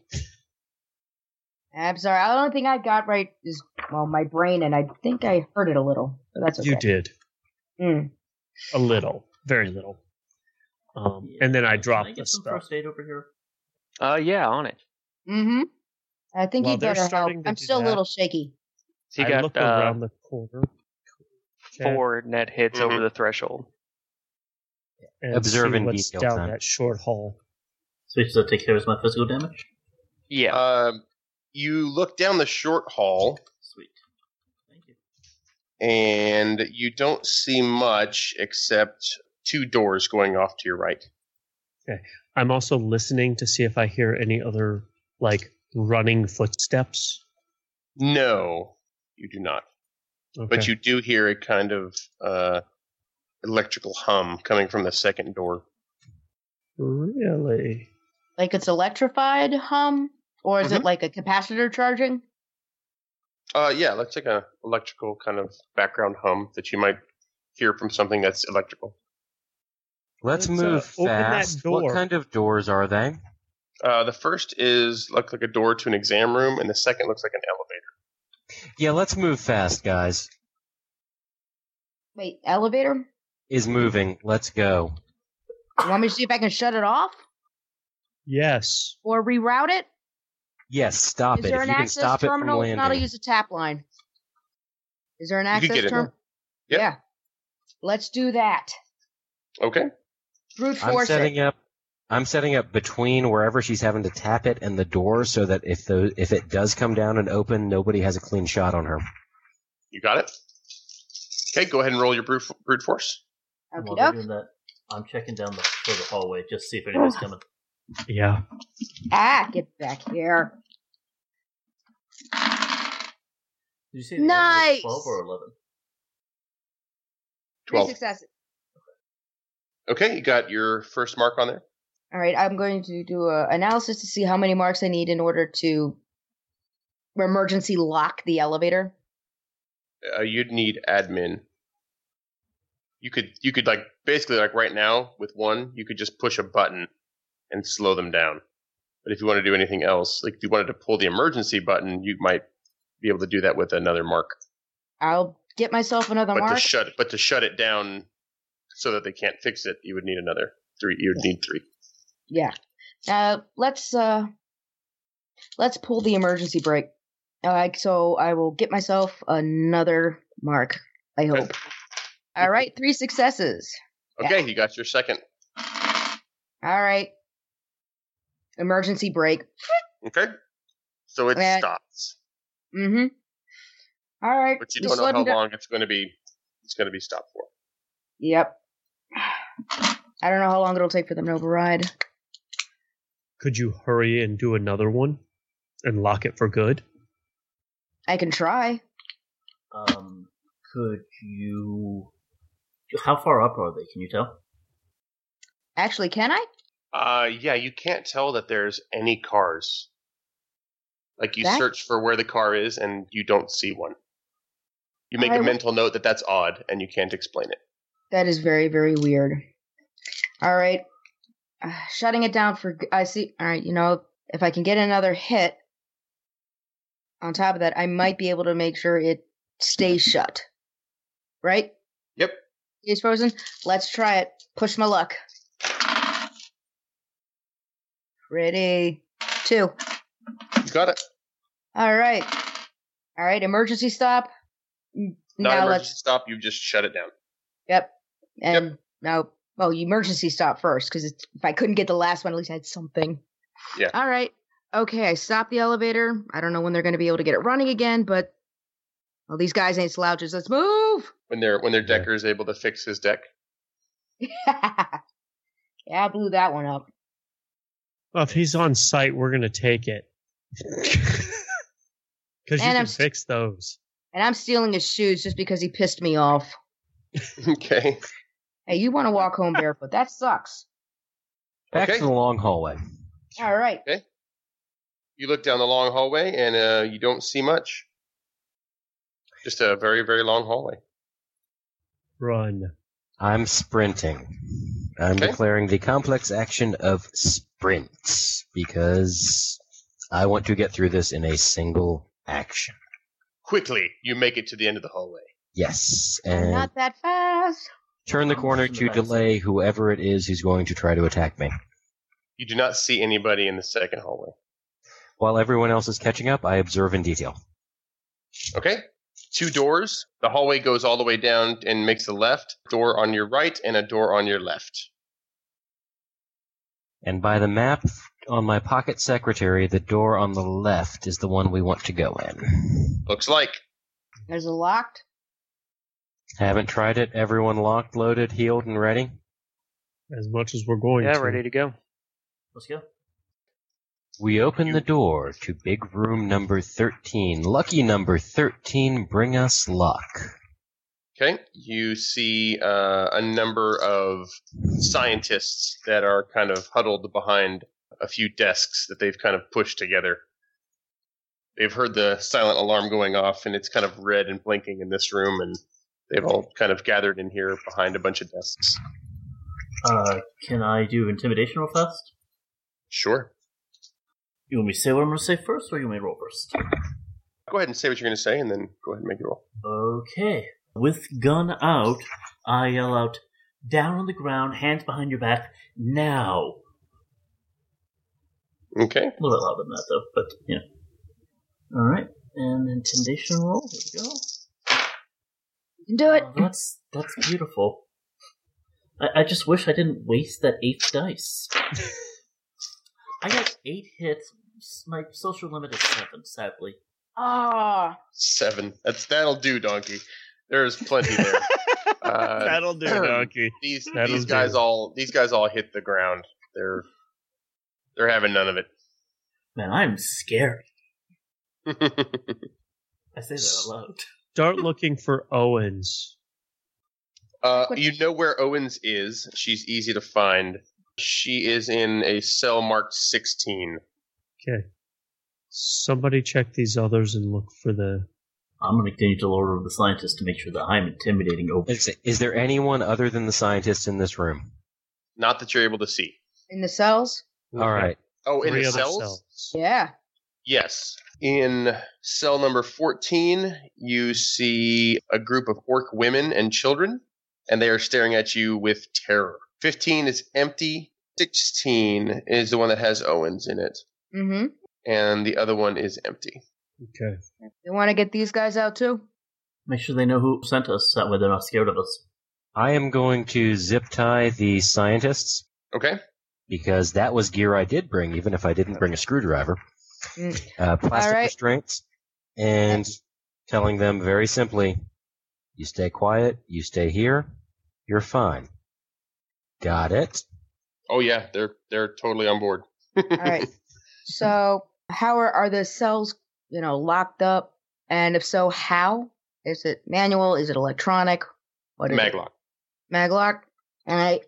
[SPEAKER 5] I'm sorry. The only thing I got right is well, my brain, and I think I hurt it a little. But that's okay.
[SPEAKER 2] You did
[SPEAKER 5] Mm.
[SPEAKER 2] a little, very little. Um, and then I
[SPEAKER 1] Can I
[SPEAKER 2] dropped
[SPEAKER 1] get
[SPEAKER 2] the
[SPEAKER 1] some
[SPEAKER 2] spell.
[SPEAKER 1] first aid over here?
[SPEAKER 6] Uh, yeah, on it.
[SPEAKER 5] Mm-hmm. I think
[SPEAKER 2] Well,
[SPEAKER 5] you
[SPEAKER 2] they're
[SPEAKER 5] better help.
[SPEAKER 2] starting to
[SPEAKER 5] I'm
[SPEAKER 2] do
[SPEAKER 5] still a
[SPEAKER 2] that.
[SPEAKER 5] little shaky.
[SPEAKER 6] So you
[SPEAKER 2] I
[SPEAKER 6] got
[SPEAKER 2] look
[SPEAKER 6] uh,
[SPEAKER 2] around the corner. Check.
[SPEAKER 6] four net hits
[SPEAKER 3] Mhm.
[SPEAKER 6] over the threshold.
[SPEAKER 2] and
[SPEAKER 4] Observe
[SPEAKER 2] see
[SPEAKER 4] in
[SPEAKER 2] what's
[SPEAKER 4] detail,
[SPEAKER 2] down
[SPEAKER 4] son.
[SPEAKER 2] that short hall.
[SPEAKER 1] So it does take care of my physical damage?
[SPEAKER 6] Yeah.
[SPEAKER 3] Um, you look down the short hall
[SPEAKER 1] Sweet. Thank you.
[SPEAKER 3] and you don't see much except two doors going off to your right.
[SPEAKER 2] I'm also listening to see if I hear any other like running footsteps.
[SPEAKER 3] No, you do not. But you do hear a kind of uh, electrical hum coming from the second door.
[SPEAKER 2] really
[SPEAKER 5] Like it's electrified hum, or is
[SPEAKER 3] Mhm.
[SPEAKER 5] it like a capacitor charging?
[SPEAKER 3] Uh, yeah, that's like a electrical kind of background hum that you might hear from something that's electrical.
[SPEAKER 4] Let's,
[SPEAKER 2] Let's, uh,
[SPEAKER 4] move
[SPEAKER 2] open that
[SPEAKER 4] fast. What
[SPEAKER 2] door.
[SPEAKER 4] kind of doors are they?
[SPEAKER 3] Uh, the first is looks like a door to an exam room, and the second looks like an elevator.
[SPEAKER 4] Yeah, let's move fast, guys.
[SPEAKER 5] Wait, elevator?
[SPEAKER 4] Is moving. Let's go.
[SPEAKER 5] You want me to see if I can shut it off
[SPEAKER 2] Yes.
[SPEAKER 5] or reroute it?
[SPEAKER 4] Yes,
[SPEAKER 5] Is
[SPEAKER 4] stop it. If
[SPEAKER 5] there an
[SPEAKER 4] you can
[SPEAKER 5] access
[SPEAKER 4] stop it from
[SPEAKER 5] terminal? If not, I'll
[SPEAKER 4] landing.
[SPEAKER 5] use a tap line. Is there an
[SPEAKER 3] You could
[SPEAKER 5] access
[SPEAKER 3] get it.
[SPEAKER 5] terminal?
[SPEAKER 3] Yep.
[SPEAKER 5] Yeah. Let's do that.
[SPEAKER 3] Okay.
[SPEAKER 5] Brute
[SPEAKER 4] I'm
[SPEAKER 5] force it.
[SPEAKER 4] setting up. I'm setting up between wherever she's having to tap it and the door, so that if the if it does come down and open, nobody has a clean shot on her.
[SPEAKER 3] You got it. Okay, go ahead and roll your brute, brute force.
[SPEAKER 5] Okey
[SPEAKER 1] While
[SPEAKER 5] doke.
[SPEAKER 1] they're doing that, I'm checking down the, for the hallway just to see if anybody's coming.
[SPEAKER 2] Yeah.
[SPEAKER 5] Ah, get back here.
[SPEAKER 1] Did you say the
[SPEAKER 5] Nice!
[SPEAKER 1] elevator was 12 or 11?
[SPEAKER 5] Three
[SPEAKER 3] Twelve.
[SPEAKER 5] successes.
[SPEAKER 3] Okay, you got your first mark on there.
[SPEAKER 5] All right, I'm going to do a analysis to see how many marks I need in order to emergency lock the elevator.
[SPEAKER 3] Uh, you'd need admin. You could you could like basically like right now with one, you could just push a button and slow them down. But if you want to do anything else, like if you wanted to pull the emergency button, you might be able to do that with another mark.
[SPEAKER 5] I'll get myself another
[SPEAKER 3] but
[SPEAKER 5] mark.
[SPEAKER 3] to shut but to shut it down so that they can't fix it, you would need another three. You would need three.
[SPEAKER 5] yeah. Uh, let's uh, let's pull the emergency brake. All right, so I will get myself another mark. I hope. All right, three successes.
[SPEAKER 3] Okay, you got your second.
[SPEAKER 5] All right. Emergency brake.
[SPEAKER 3] Okay, so it
[SPEAKER 5] Yeah.
[SPEAKER 3] stops,
[SPEAKER 5] Mm-hmm. All right.
[SPEAKER 3] but you
[SPEAKER 5] we
[SPEAKER 3] don't know
[SPEAKER 5] slid
[SPEAKER 3] how
[SPEAKER 5] into-
[SPEAKER 3] long it's going to be. It's going to be stopped for.
[SPEAKER 5] Yep. I don't know how long it'll take for them to override.
[SPEAKER 2] Could you hurry and do another one and lock it for good?
[SPEAKER 5] I can try.
[SPEAKER 1] Um, could you. How far up are they? Can you tell?
[SPEAKER 5] Actually, can I?
[SPEAKER 3] Uh, yeah, you can't tell that there's any cars. Like you
[SPEAKER 5] That-
[SPEAKER 3] search for where the car is and you don't see one. You make
[SPEAKER 5] I
[SPEAKER 3] a
[SPEAKER 5] will-
[SPEAKER 3] mental note that that's odd and you can't explain it.
[SPEAKER 5] That is very, very weird. All right. Uh, shutting it down for. I see. All right. You know, if I can get another hit on top of that, I might be able to make sure it stays shut. Right?
[SPEAKER 3] Yep.
[SPEAKER 5] Stays frozen? Let's try it. Push my luck. Pretty. Two.
[SPEAKER 3] You got it.
[SPEAKER 5] All right. All right. Emergency stop. N-
[SPEAKER 3] Not
[SPEAKER 5] now
[SPEAKER 3] emergency
[SPEAKER 5] let's.
[SPEAKER 3] stop. You just shut it down.
[SPEAKER 5] Yep. And now, well, emergency stop first because if I couldn't get the last one, at least I had something.
[SPEAKER 3] Yeah.
[SPEAKER 5] All right. Okay. I stopped the elevator. I don't know when they're going to be able to get it running again, but well, these guys ain't slouches. Let's move.
[SPEAKER 3] When their when their
[SPEAKER 4] Yeah.
[SPEAKER 3] decker is able to fix his deck.
[SPEAKER 5] yeah, I blew that one up.
[SPEAKER 2] Well, if he's on site, we're gonna take it. Because you
[SPEAKER 5] And
[SPEAKER 2] can
[SPEAKER 5] I'm s-
[SPEAKER 2] fix those.
[SPEAKER 5] And I'm stealing his shoes just because he pissed me off.
[SPEAKER 3] okay.
[SPEAKER 5] Hey, you want to walk home barefoot? That sucks.
[SPEAKER 4] Back
[SPEAKER 3] Okay.
[SPEAKER 4] to the long hallway.
[SPEAKER 5] All right.
[SPEAKER 3] You look down the long hallway and uh, you don't see much. Just a very, very long hallway.
[SPEAKER 2] Run.
[SPEAKER 4] I'm sprinting. I'm
[SPEAKER 3] Okay.
[SPEAKER 4] declaring the complex action of sprints because I want to get through this in a single action.
[SPEAKER 3] Quickly, you make it to the end of the hallway.
[SPEAKER 4] Yes,
[SPEAKER 5] I'm
[SPEAKER 4] and
[SPEAKER 5] not that fast.
[SPEAKER 4] turn the corner
[SPEAKER 1] Listen to
[SPEAKER 4] to
[SPEAKER 1] that.
[SPEAKER 4] delay whoever it is who's going to try to attack me.
[SPEAKER 3] You do not see anybody in the second hallway.
[SPEAKER 4] While everyone else is catching up, I observe in detail.
[SPEAKER 3] Okay. Two doors. The hallway goes all the way down and makes a left. Door on your right and a door on your left.
[SPEAKER 4] And by the map on my pocket secretary, the door on the left is the one we want to go in.
[SPEAKER 3] Looks like.
[SPEAKER 5] There's a locked.
[SPEAKER 4] Haven't tried it. Everyone locked, loaded, healed, and ready.
[SPEAKER 2] As much as we're going
[SPEAKER 6] Yeah,
[SPEAKER 2] to.
[SPEAKER 6] ready to go.
[SPEAKER 1] Let's go.
[SPEAKER 4] We open the door to big room number 13. Lucky number 13, bring us luck.
[SPEAKER 3] Okay. You see uh, a number of scientists that are kind of huddled behind a few desks that they've kind of pushed together. They've heard the silent alarm going off, and it's kind of red and blinking in this room, and They've all kind of gathered in here behind a bunch of desks.
[SPEAKER 1] Uh, can I do intimidation roll first?
[SPEAKER 3] Sure.
[SPEAKER 1] You want me to say what I'm going to say first, or you want me to roll first?
[SPEAKER 3] Go ahead and say what you're going to say, and then go ahead and make your roll.
[SPEAKER 1] Okay. With gun out, I yell out, "Down on the ground, hands behind your back, now!"
[SPEAKER 3] Okay.
[SPEAKER 1] A little bit louder than that, though. But yeah. All right, and intimidation roll. There we go.
[SPEAKER 5] You can do it.
[SPEAKER 1] Oh, that's that's beautiful. I, I just wish I didn't waste that eighth dice. I got eight hits. S- My social limit is seven, sadly.
[SPEAKER 5] Ah,
[SPEAKER 3] Seven. That's that'll do, donkey. There is plenty there. uh,
[SPEAKER 2] That'll do, donkey.
[SPEAKER 3] these
[SPEAKER 2] That'll
[SPEAKER 3] these guys
[SPEAKER 2] do.
[SPEAKER 3] all these guys all hit the ground. They're they're having none of
[SPEAKER 1] Man, I am scary.
[SPEAKER 3] it.
[SPEAKER 1] I say that out loud.
[SPEAKER 2] Start looking for Owens.
[SPEAKER 3] uh,
[SPEAKER 5] What-
[SPEAKER 3] you know where Owens is. She's easy to find. She is in a cell marked sixteen.
[SPEAKER 2] Somebody check these others and look for the.
[SPEAKER 1] I'm going to continue to order the scientist to make sure that I'm intimidating over.
[SPEAKER 4] Is, is there anyone other than the scientist in this room?
[SPEAKER 3] Not that you're able to see.
[SPEAKER 5] in the cells?
[SPEAKER 4] All right.
[SPEAKER 3] Oh, in
[SPEAKER 2] Three
[SPEAKER 3] the
[SPEAKER 2] other
[SPEAKER 3] cells.
[SPEAKER 2] cells.
[SPEAKER 5] Yeah.
[SPEAKER 3] Yes. In cell number 14, you see a group of orc women and children, and they are staring at you with terror. 15 is empty. 16 is the one that has Owens in it,
[SPEAKER 5] Mm-hmm.
[SPEAKER 3] and the other one is empty.
[SPEAKER 2] Okay.
[SPEAKER 5] You want to get these guys out too?
[SPEAKER 1] Make sure they know who sent us. That way they're not scared of us.
[SPEAKER 4] I am going to zip tie the scientists
[SPEAKER 3] Okay?
[SPEAKER 4] because that was gear I did bring, even if I didn't bring a screwdriver.
[SPEAKER 5] Mm.
[SPEAKER 4] Uh, plastic
[SPEAKER 5] right.
[SPEAKER 4] restraints, and telling them very simply, "You stay quiet. You stay here. You're fine." Got it.
[SPEAKER 3] Oh yeah, they're they're totally on board.
[SPEAKER 5] All right. so, how are are the cells? You know, locked up, and if so, how? Is it manual? Is it electronic? What is it?
[SPEAKER 3] Maglock
[SPEAKER 5] Maglock. All right.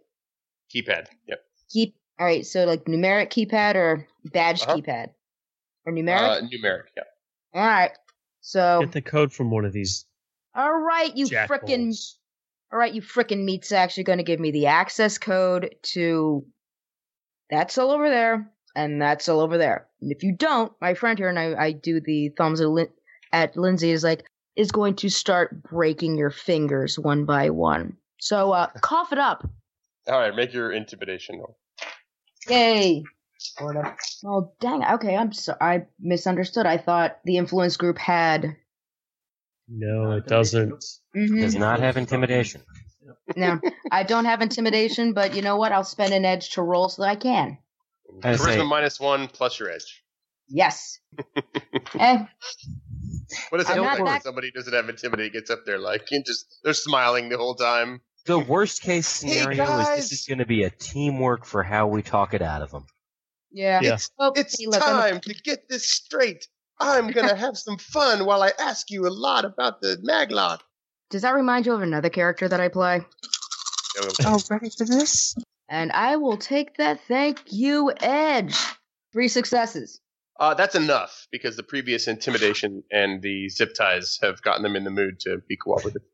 [SPEAKER 3] keypad. Yep.
[SPEAKER 5] Keep. All right. So, like numeric keypad or badge
[SPEAKER 3] Uh-huh.
[SPEAKER 5] keypad or numeric.
[SPEAKER 3] Uh, numeric. Yeah.
[SPEAKER 5] all right. So,
[SPEAKER 2] Get the code from one of these.
[SPEAKER 5] all right, you frickin'
[SPEAKER 2] jackholes.
[SPEAKER 5] All right, you frickin' meat sacks, you're going to give me the access code to that's all over there, and that's all over there. And if you don't, my friend here and I, I do the thumbs at, Lin- at Lindsay is like, is going to start breaking your fingers one by one. So uh, cough it up.
[SPEAKER 3] All right, make your intimidation roll.
[SPEAKER 5] Yay. Sort of. Well, dang. Okay, I'm so I misunderstood. I thought the influence group had.
[SPEAKER 2] No, it doesn't.
[SPEAKER 5] Mhm.
[SPEAKER 3] Mm.
[SPEAKER 4] Does not have intimidation.
[SPEAKER 5] No, I don't have intimidation, but you know what? I'll spend an edge to roll so that I can.
[SPEAKER 4] I
[SPEAKER 3] Charisma
[SPEAKER 4] say-
[SPEAKER 3] minus one plus your edge.
[SPEAKER 5] Yes. Eh,
[SPEAKER 3] What does it look
[SPEAKER 5] I'm not
[SPEAKER 3] like when
[SPEAKER 5] that-
[SPEAKER 3] somebody who doesn't have intimidate gets up there like and just they're smiling the whole time?
[SPEAKER 4] The worst case
[SPEAKER 3] Hey,
[SPEAKER 4] scenario is
[SPEAKER 3] guys!
[SPEAKER 4] this is going to be a teamwork for how we talk it out of them.
[SPEAKER 5] Yeah.
[SPEAKER 2] Yeah.
[SPEAKER 5] Oh,
[SPEAKER 3] It's
[SPEAKER 5] see, look, I'm a-
[SPEAKER 3] time to get this straight. I'm gonna have some fun while I ask you a lot about the maglock.
[SPEAKER 5] Does that remind you of another character that I play?
[SPEAKER 4] Oh, ready for this?
[SPEAKER 5] And I will take that. Thank you, Edge. Three successes.
[SPEAKER 3] Uh, that's enough because the previous intimidation and the zip ties have gotten them in the mood to be cooperative.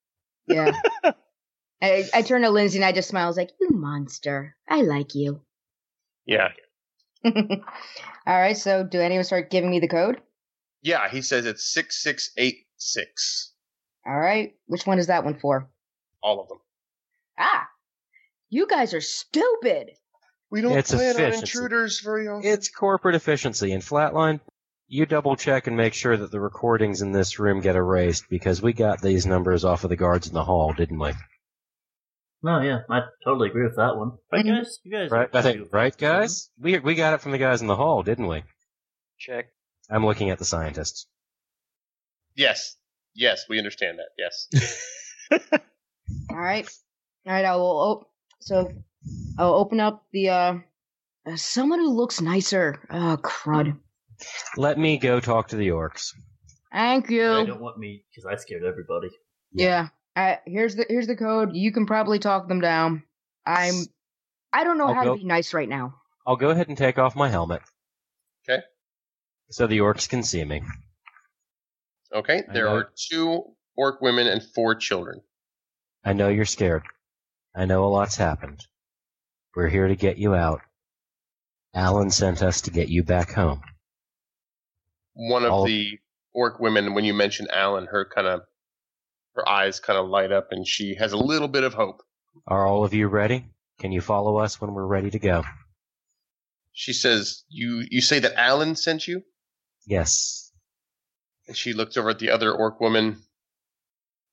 [SPEAKER 5] Yeah. I, I turn to Lindsay and I just smile. I was like, "You monster! I like you."
[SPEAKER 3] Yeah,
[SPEAKER 5] All right. So, do anyone start giving me the code?
[SPEAKER 3] yeah. He says it's six six eight six.
[SPEAKER 5] All right. Which one is that one for?
[SPEAKER 3] All of them.
[SPEAKER 5] Ah, you guys are stupid.
[SPEAKER 3] We
[SPEAKER 4] don't It's plan on efficiency.
[SPEAKER 3] very often.
[SPEAKER 4] It's corporate efficiency. And Flatline, you double check and make sure that the recordings in this room get erased because we got these numbers off of the guards in the hall, didn't we?
[SPEAKER 1] No, yeah, I totally agree with that one. Right,
[SPEAKER 5] Mhm.
[SPEAKER 1] guys? You guys,
[SPEAKER 4] Right, I
[SPEAKER 1] you-
[SPEAKER 4] think, right, guys?
[SPEAKER 3] Mm-hmm.
[SPEAKER 4] We we got it from the guys in the hall, didn't we?
[SPEAKER 6] Check.
[SPEAKER 4] I'm looking at the scientists.
[SPEAKER 3] yes, yes. We understand that. Yes.
[SPEAKER 5] All right. All right. I will. Op- so, I'll open up the. uh uh, Someone who looks nicer. Oh crud.
[SPEAKER 4] Let me go talk to the orcs.
[SPEAKER 5] Thank
[SPEAKER 1] They
[SPEAKER 5] you.
[SPEAKER 1] don't want me because I scared everybody.
[SPEAKER 5] Yeah. I, here's the here's the code. You can probably talk them down. I'm I don't know
[SPEAKER 4] I'll
[SPEAKER 5] how
[SPEAKER 4] go-
[SPEAKER 5] to be nice right now.
[SPEAKER 4] I'll go ahead and take off my helmet.
[SPEAKER 3] 'Kay.
[SPEAKER 4] So the orcs can see me.
[SPEAKER 3] Okay.
[SPEAKER 4] I
[SPEAKER 3] There
[SPEAKER 4] know.
[SPEAKER 3] are two orc women and four children.
[SPEAKER 4] I know you're scared. I know a lot's happened. We're here to get you out. Alan sent us to get you back home.
[SPEAKER 3] One of
[SPEAKER 4] All-
[SPEAKER 3] the orc women, when you mention Alan, her kind of her eyes kind of light up, and she has a little bit of hope.
[SPEAKER 4] Are all of you ready? Can you follow us when we're ready to go?
[SPEAKER 3] She says, "You you say that Alan sent you?"
[SPEAKER 4] Yes.
[SPEAKER 3] And she looks over at the other orc woman,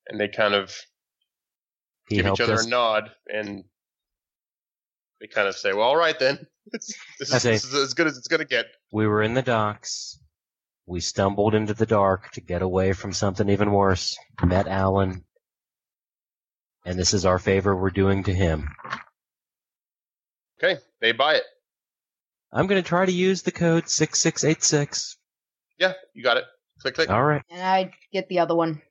[SPEAKER 3] and they kind of
[SPEAKER 4] He
[SPEAKER 3] give each
[SPEAKER 4] helped
[SPEAKER 3] other
[SPEAKER 4] us.
[SPEAKER 3] a nod, and they kind of say, "Well, all right then. this, is,
[SPEAKER 4] I say-
[SPEAKER 3] this is as good as it's gonna get."
[SPEAKER 4] We were in the docks. We stumbled into the dark to get away from something even worse. Met Alan. And this is our favor we're doing to him.
[SPEAKER 3] Okay, they buy it.
[SPEAKER 4] I'm going to try to use the code 6686.
[SPEAKER 3] Yeah, you got it. Click click.
[SPEAKER 4] All right.
[SPEAKER 5] And I get the other one.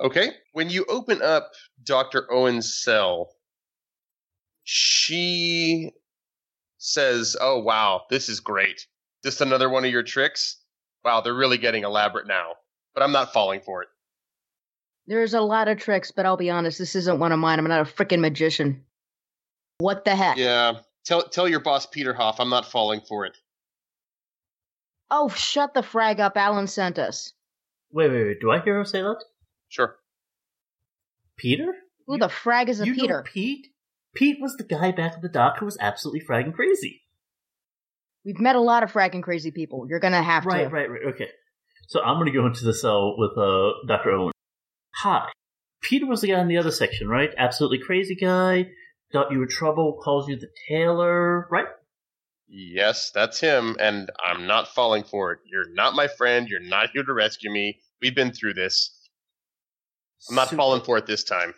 [SPEAKER 3] Okay. When you open up Dr. Owen's cell, she says, Oh, wow, this is great. This another one of your tricks? Wow, they're really getting elaborate now. But I'm not falling for it.
[SPEAKER 5] There's a lot of tricks, but I'll be honest, this isn't one of mine. I'm not a freaking magician. What the heck?
[SPEAKER 3] Yeah. Tell tell your boss Peter Hoff I'm not falling for it.
[SPEAKER 5] Oh, shut the frag up. Alan sent us.
[SPEAKER 1] Wait, wait, wait. Do I hear her say that?
[SPEAKER 3] Sure.
[SPEAKER 1] Peter?
[SPEAKER 5] Who the frag is a
[SPEAKER 1] you
[SPEAKER 5] Peter?
[SPEAKER 1] Know Pete? Pete was the guy back at the dock who was absolutely fragging crazy.
[SPEAKER 5] We've met a lot of fragging crazy people. You're gonna have
[SPEAKER 1] Right,
[SPEAKER 5] to.
[SPEAKER 1] right, right. Okay. So I'm going to go into the cell with uh, Dr. Owen. Hi. Peter was the guy in the other section, right? Absolutely crazy guy. Thought you were trouble, calls you the tailor, right?
[SPEAKER 3] Yes, that's him, and I'm not falling for it. You're not my friend, you're not here to rescue me. We've been through this. I'm not
[SPEAKER 1] Super.
[SPEAKER 3] falling for it this time.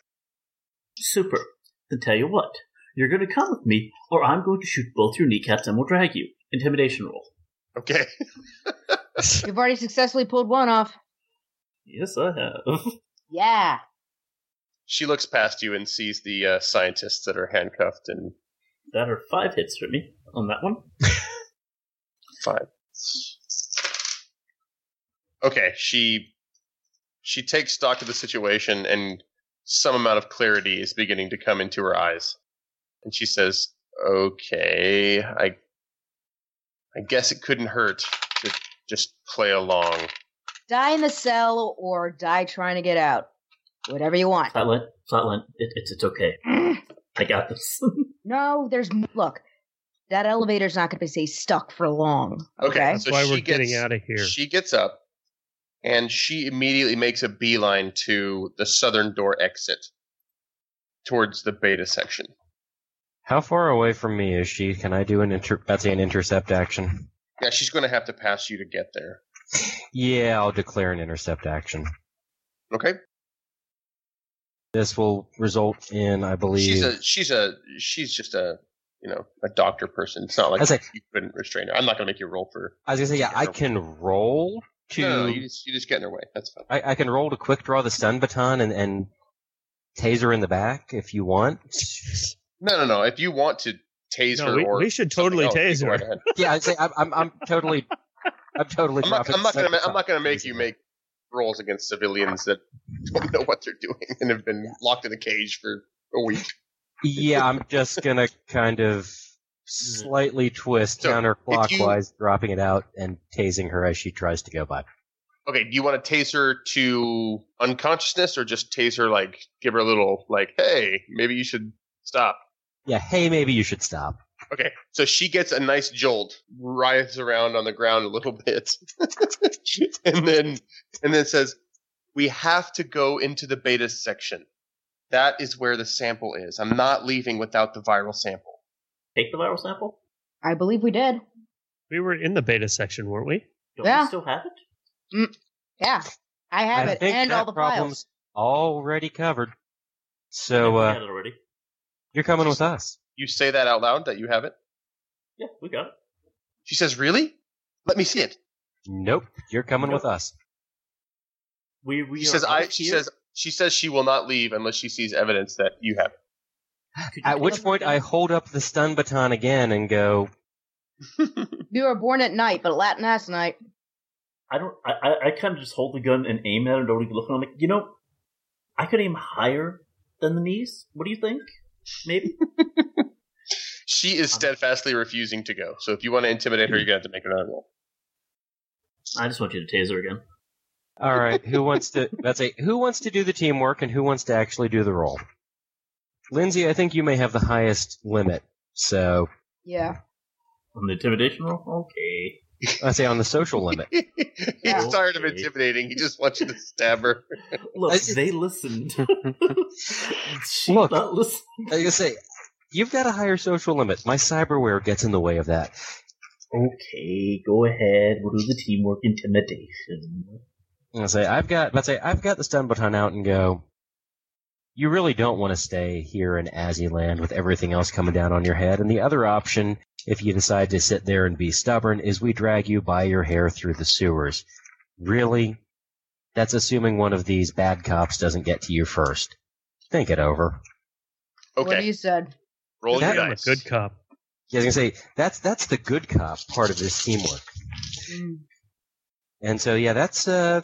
[SPEAKER 1] Super. Then tell you what. You're going to come with me, or I'm going to shoot both your kneecaps and we'll drag you. Intimidation roll.
[SPEAKER 3] Okay.
[SPEAKER 5] You've already successfully pulled one off.
[SPEAKER 1] Yes, I have.
[SPEAKER 5] Yeah.
[SPEAKER 3] She looks past you and sees the uh, scientists that are handcuffed and
[SPEAKER 1] that are five hits for me on that one.
[SPEAKER 3] fine. Okay, she she takes stock of the situation and some amount of clarity is beginning to come into her eyes. And she says, "Okay, I I guess it couldn't hurt to just play along."
[SPEAKER 5] Die in the cell or die trying to get out. Whatever you want.
[SPEAKER 1] Flatline, flatline. It, it's it's okay. I got this.
[SPEAKER 5] No, there's m- look. That elevator's not going to stay stuck for long.
[SPEAKER 3] Okay,
[SPEAKER 5] Okay.
[SPEAKER 3] so
[SPEAKER 2] Why
[SPEAKER 3] she
[SPEAKER 2] we're
[SPEAKER 3] gets
[SPEAKER 2] getting out of here?
[SPEAKER 3] She gets up and she immediately makes a beeline to the southern door exit towards the beta section.
[SPEAKER 4] How far away from me is she? Can I do an inter- Betsy an intercept action?
[SPEAKER 3] Yeah, she's going to have to pass you to get there.
[SPEAKER 4] Yeah, I'll declare an intercept action.
[SPEAKER 3] Okay?
[SPEAKER 4] This will result in, I
[SPEAKER 3] She's
[SPEAKER 4] believe.
[SPEAKER 3] a she's a she's just a, you know, a doctor person. It's not like
[SPEAKER 4] I say-
[SPEAKER 3] you couldn't restrain her. I'm not going to make you roll for
[SPEAKER 4] I was gonna say, yeah, I can roll to.
[SPEAKER 3] No, no, no, you just you just get in her way. That's fine.
[SPEAKER 4] I, I can roll to quick draw the stun baton and, and taser in the back if you want.
[SPEAKER 3] No, no, no. If you want to tase
[SPEAKER 2] No,
[SPEAKER 3] her
[SPEAKER 2] we-
[SPEAKER 3] or
[SPEAKER 2] we should
[SPEAKER 3] something Oh,
[SPEAKER 2] totally
[SPEAKER 3] else,
[SPEAKER 2] tase
[SPEAKER 3] go right
[SPEAKER 2] her.
[SPEAKER 3] ahead.
[SPEAKER 4] yeah, I'd say I'm, I'm, I'm totally, I'm totally.
[SPEAKER 3] I'm not,
[SPEAKER 4] dropping
[SPEAKER 3] I'm not
[SPEAKER 4] the
[SPEAKER 3] gonna.
[SPEAKER 4] stun
[SPEAKER 3] ma- I'm not gonna
[SPEAKER 4] baton.
[SPEAKER 3] make you make rolls against civilians that don't know what they're doing and have been locked in a cage for a week.
[SPEAKER 4] Yeah, I'm just gonna kind of slightly twist
[SPEAKER 3] So, if
[SPEAKER 4] counterclockwise, dropping it out and tasing her as she tries to go by.
[SPEAKER 3] Okay, do you want to tase her to unconsciousness or just tase her like give her a little like, hey, maybe you should stop.
[SPEAKER 4] Yeah, hey, maybe you should stop.
[SPEAKER 3] Okay, so she gets a nice jolt, writhes around on the ground a little bit, and then and then says, "We have to go into the beta section. That is where the sample is. I'm not leaving without the viral sample."
[SPEAKER 1] Take the viral sample.
[SPEAKER 5] I believe we did.
[SPEAKER 2] We were in the beta section, weren't we?
[SPEAKER 1] Don't
[SPEAKER 5] Yeah.
[SPEAKER 1] we still have it?
[SPEAKER 5] Yeah. I have
[SPEAKER 4] I
[SPEAKER 5] it
[SPEAKER 4] think
[SPEAKER 5] and
[SPEAKER 4] that
[SPEAKER 5] all the
[SPEAKER 4] problem's
[SPEAKER 5] files.
[SPEAKER 4] already covered.
[SPEAKER 1] Yeah,
[SPEAKER 4] So
[SPEAKER 1] we
[SPEAKER 4] uh,
[SPEAKER 1] got it already.
[SPEAKER 4] you're coming with us.
[SPEAKER 3] You say that out loud that you have it.
[SPEAKER 1] Yeah, we got it.
[SPEAKER 3] She says, "Really? Let me see it."
[SPEAKER 4] Nope, you're coming with us.
[SPEAKER 1] We we.
[SPEAKER 3] she
[SPEAKER 1] are
[SPEAKER 3] says, "I."
[SPEAKER 1] out
[SPEAKER 3] She
[SPEAKER 1] here.
[SPEAKER 3] says, "She says she will not leave unless she sees evidence that you have."
[SPEAKER 1] Could you
[SPEAKER 4] At
[SPEAKER 1] take
[SPEAKER 4] which
[SPEAKER 1] the-
[SPEAKER 4] point, I hold up the stun baton again and go,
[SPEAKER 5] You were born at night, but Latin last night.
[SPEAKER 1] I don't. I I, I kind of just hold the gun and aim at it, don't even look at it. I'm like, you know, I could aim higher than the knees? What do you think? Maybe?
[SPEAKER 3] She
[SPEAKER 1] Uh-huh.
[SPEAKER 3] is steadfastly refusing to go. So if you want to intimidate her, you're gonna have to make another roll.
[SPEAKER 1] I just want you to taser again.
[SPEAKER 4] All right, who wants to? That's a who wants to do the teamwork and who wants to actually do the role. Lindsay, I think you may have the highest limit. So
[SPEAKER 5] Yeah.
[SPEAKER 1] On the intimidation roll? Okay.
[SPEAKER 4] I say on the social limit.
[SPEAKER 3] He's
[SPEAKER 5] Yeah.
[SPEAKER 3] tired of
[SPEAKER 1] Okay.
[SPEAKER 3] intimidating. He just wants you to stab her.
[SPEAKER 1] Look,
[SPEAKER 4] I just-
[SPEAKER 1] they listened. She's
[SPEAKER 4] Look.
[SPEAKER 1] not listening.
[SPEAKER 4] I was gonna say you've got a higher social limit. My cyberware gets in the way of that.
[SPEAKER 1] Okay, go ahead. We'll do the teamwork intimidation.
[SPEAKER 4] I'm gonna say I've got. Let's say I've got the stun button out and go. You really don't want to stay here in Aziland with everything else coming down on your head. And the other option, if you decide to sit there and be stubborn, is we drag you by your hair through the sewers. Really? That's assuming one of these bad cops doesn't get to you first. Think it over.
[SPEAKER 5] What
[SPEAKER 3] Okay,
[SPEAKER 5] you said.
[SPEAKER 3] roll your
[SPEAKER 4] That
[SPEAKER 2] I'm a
[SPEAKER 3] dice.
[SPEAKER 2] good cop.
[SPEAKER 4] Yeah, I was gonna say that's that's the good cop part of this teamwork.
[SPEAKER 5] Mm.
[SPEAKER 4] And so yeah, that's uh,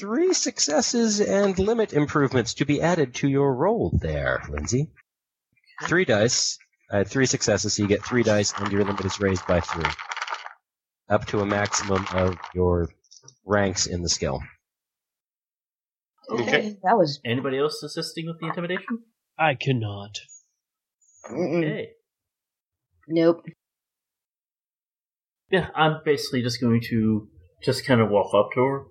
[SPEAKER 4] three successes and limit improvements to be added to your roll there, Lindsay. Three dice. I had three successes, so you get three dice, and your limit is raised by three, up to a maximum of your ranks in the skill.
[SPEAKER 3] Okay.
[SPEAKER 5] Okay. That was.
[SPEAKER 1] Anybody else assisting with the intimidation?
[SPEAKER 2] I cannot.
[SPEAKER 5] Mm-mm.
[SPEAKER 1] Okay.
[SPEAKER 5] Nope.
[SPEAKER 1] Yeah, I'm basically just going to just kind of walk up to her,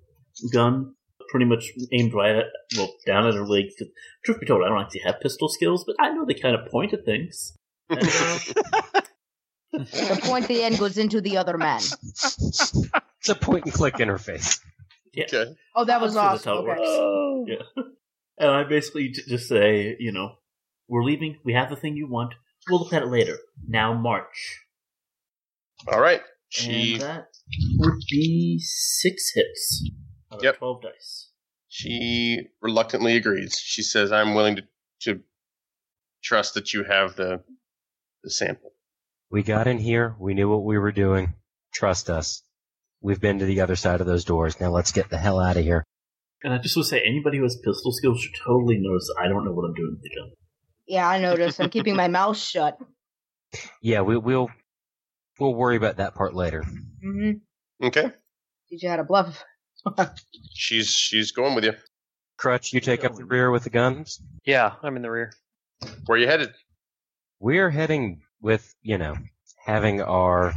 [SPEAKER 1] gun pretty much aimed right at, well, down at her legs. 'cause Truth be told, I don't actually have pistol skills, but I know they kind of point at things. And, uh,
[SPEAKER 5] The point the end goes into the other man.
[SPEAKER 4] It's a point and click interface.
[SPEAKER 3] Okay.
[SPEAKER 5] Oh, that was
[SPEAKER 1] I'm sure that's
[SPEAKER 5] awesome.
[SPEAKER 1] how it
[SPEAKER 5] Okay.
[SPEAKER 1] works. Yeah. And I basically j- just say, you know, we're leaving. We have the thing you want. We'll look at it later. Now march.
[SPEAKER 3] All right. She
[SPEAKER 1] And uh, that would be six hits out of
[SPEAKER 3] Yep.
[SPEAKER 1] 12 dice.
[SPEAKER 3] She reluctantly agrees. She says, "I'm willing to, to trust that you have the the sample."
[SPEAKER 4] We got in here. We knew what we were doing. Trust us. We've been to the other side of those doors. Now let's get the hell out of here.
[SPEAKER 1] And I just would say, anybody who has pistol skills should totally notice I don't know what I'm doing with the gun.
[SPEAKER 5] Yeah, I noticed. I'm keeping my mouth shut.
[SPEAKER 4] Yeah, we, we'll we'll worry about that part later.
[SPEAKER 5] Mm-hmm.
[SPEAKER 3] Okay.
[SPEAKER 5] Teach you how to bluff.
[SPEAKER 3] She's she's going with you.
[SPEAKER 4] Crutch, you take up the rear with the guns.
[SPEAKER 6] Yeah, I'm in the rear.
[SPEAKER 3] Where are you headed?
[SPEAKER 4] We're heading with, you know, having our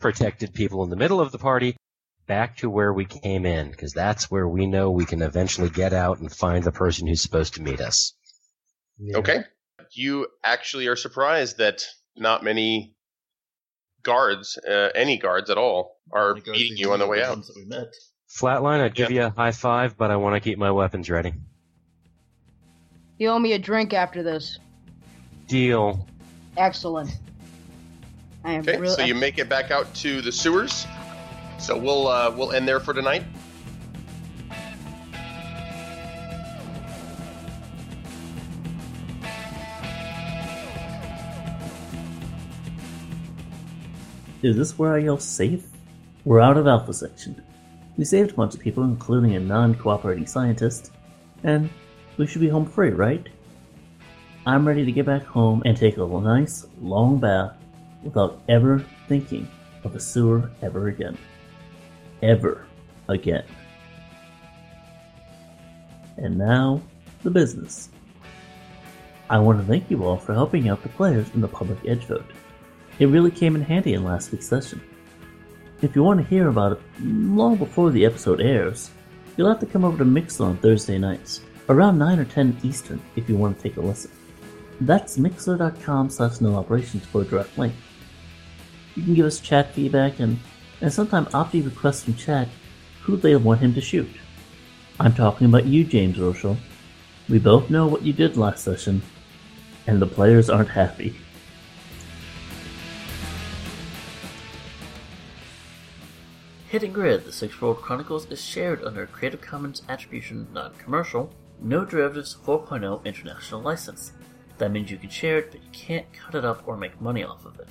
[SPEAKER 4] protected people in the middle of the party back to where we came in, because that's where we know we can eventually get out and find the person who's supposed to meet us.
[SPEAKER 3] Okay. You actually are surprised that not many guards, uh, any guards at all, are
[SPEAKER 1] Like, I
[SPEAKER 3] beating
[SPEAKER 1] think
[SPEAKER 3] you on the way out.
[SPEAKER 1] ones that we met.
[SPEAKER 4] Flatline, I'd give you a high five, but I want to keep my weapons ready.
[SPEAKER 5] You owe me a drink after this.
[SPEAKER 4] Deal.
[SPEAKER 5] Excellent. I am
[SPEAKER 3] Okay.
[SPEAKER 5] really.
[SPEAKER 3] So you make it back out to the sewers. So we'll uh, we'll end there for tonight.
[SPEAKER 1] Is this where I yell safe? We're out of Alpha Section. We saved a bunch of people, including a non cooperating scientist, and we should be home free, right? I'm ready to get back home and take a nice, long bath without ever thinking of a sewer ever again. Ever again. And now, the business. I want to thank you all for helping out the players in the public edge vote. It really came in handy in last week's session. If you want to hear about it long before the episode airs, you'll have to come over to Mixler on Thursday nights, around 9 or 10 Eastern, if you want to take a listen. That's mixler.com slash no operations for a direct link. You can give us chat feedback and, and sometimes Opti requests from chat who they want him to shoot. I'm talking about you, James Rochelle. We both know what you did last session, and the players aren't happy. Hidden Grid, the Six World Chronicles, is shared under a Creative Commons Attribution Non Commercial, No Derivatives 4.0 International License. That means you can share it, but you can't cut it up or make money off of it.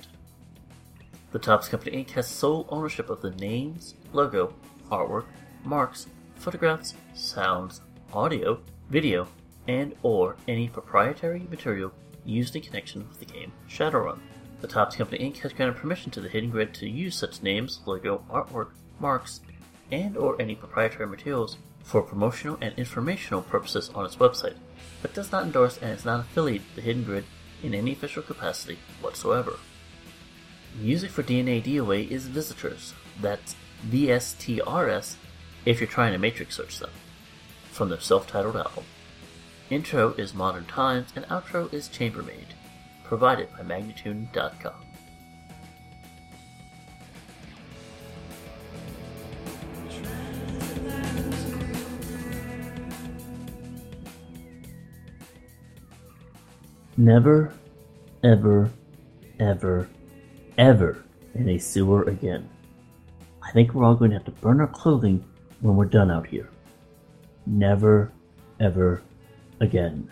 [SPEAKER 1] The Tops Company Inc. has sole ownership of the names, logo, artwork, marks, photographs, sounds, audio, video, and or any proprietary material used in connection with the game Shadowrun. The Tops Company Inc. has granted permission to the Hidden Grid to use such names, logo, artwork, marks, and or any proprietary materials for promotional and informational purposes on its website, but does not endorse and is not affiliated with the Hidden Grid in any official capacity whatsoever. Music for DNA DOA is Visitors. That's VSTRS if you're trying to matrix search them. From their self titled album. Intro is Modern Times and outro is Chambermaid, provided by Magnitude.com.
[SPEAKER 7] Never, ever, ever, ever in a sewer again. I think we're all going to have to burn our clothing when we're done out here. Never, ever again.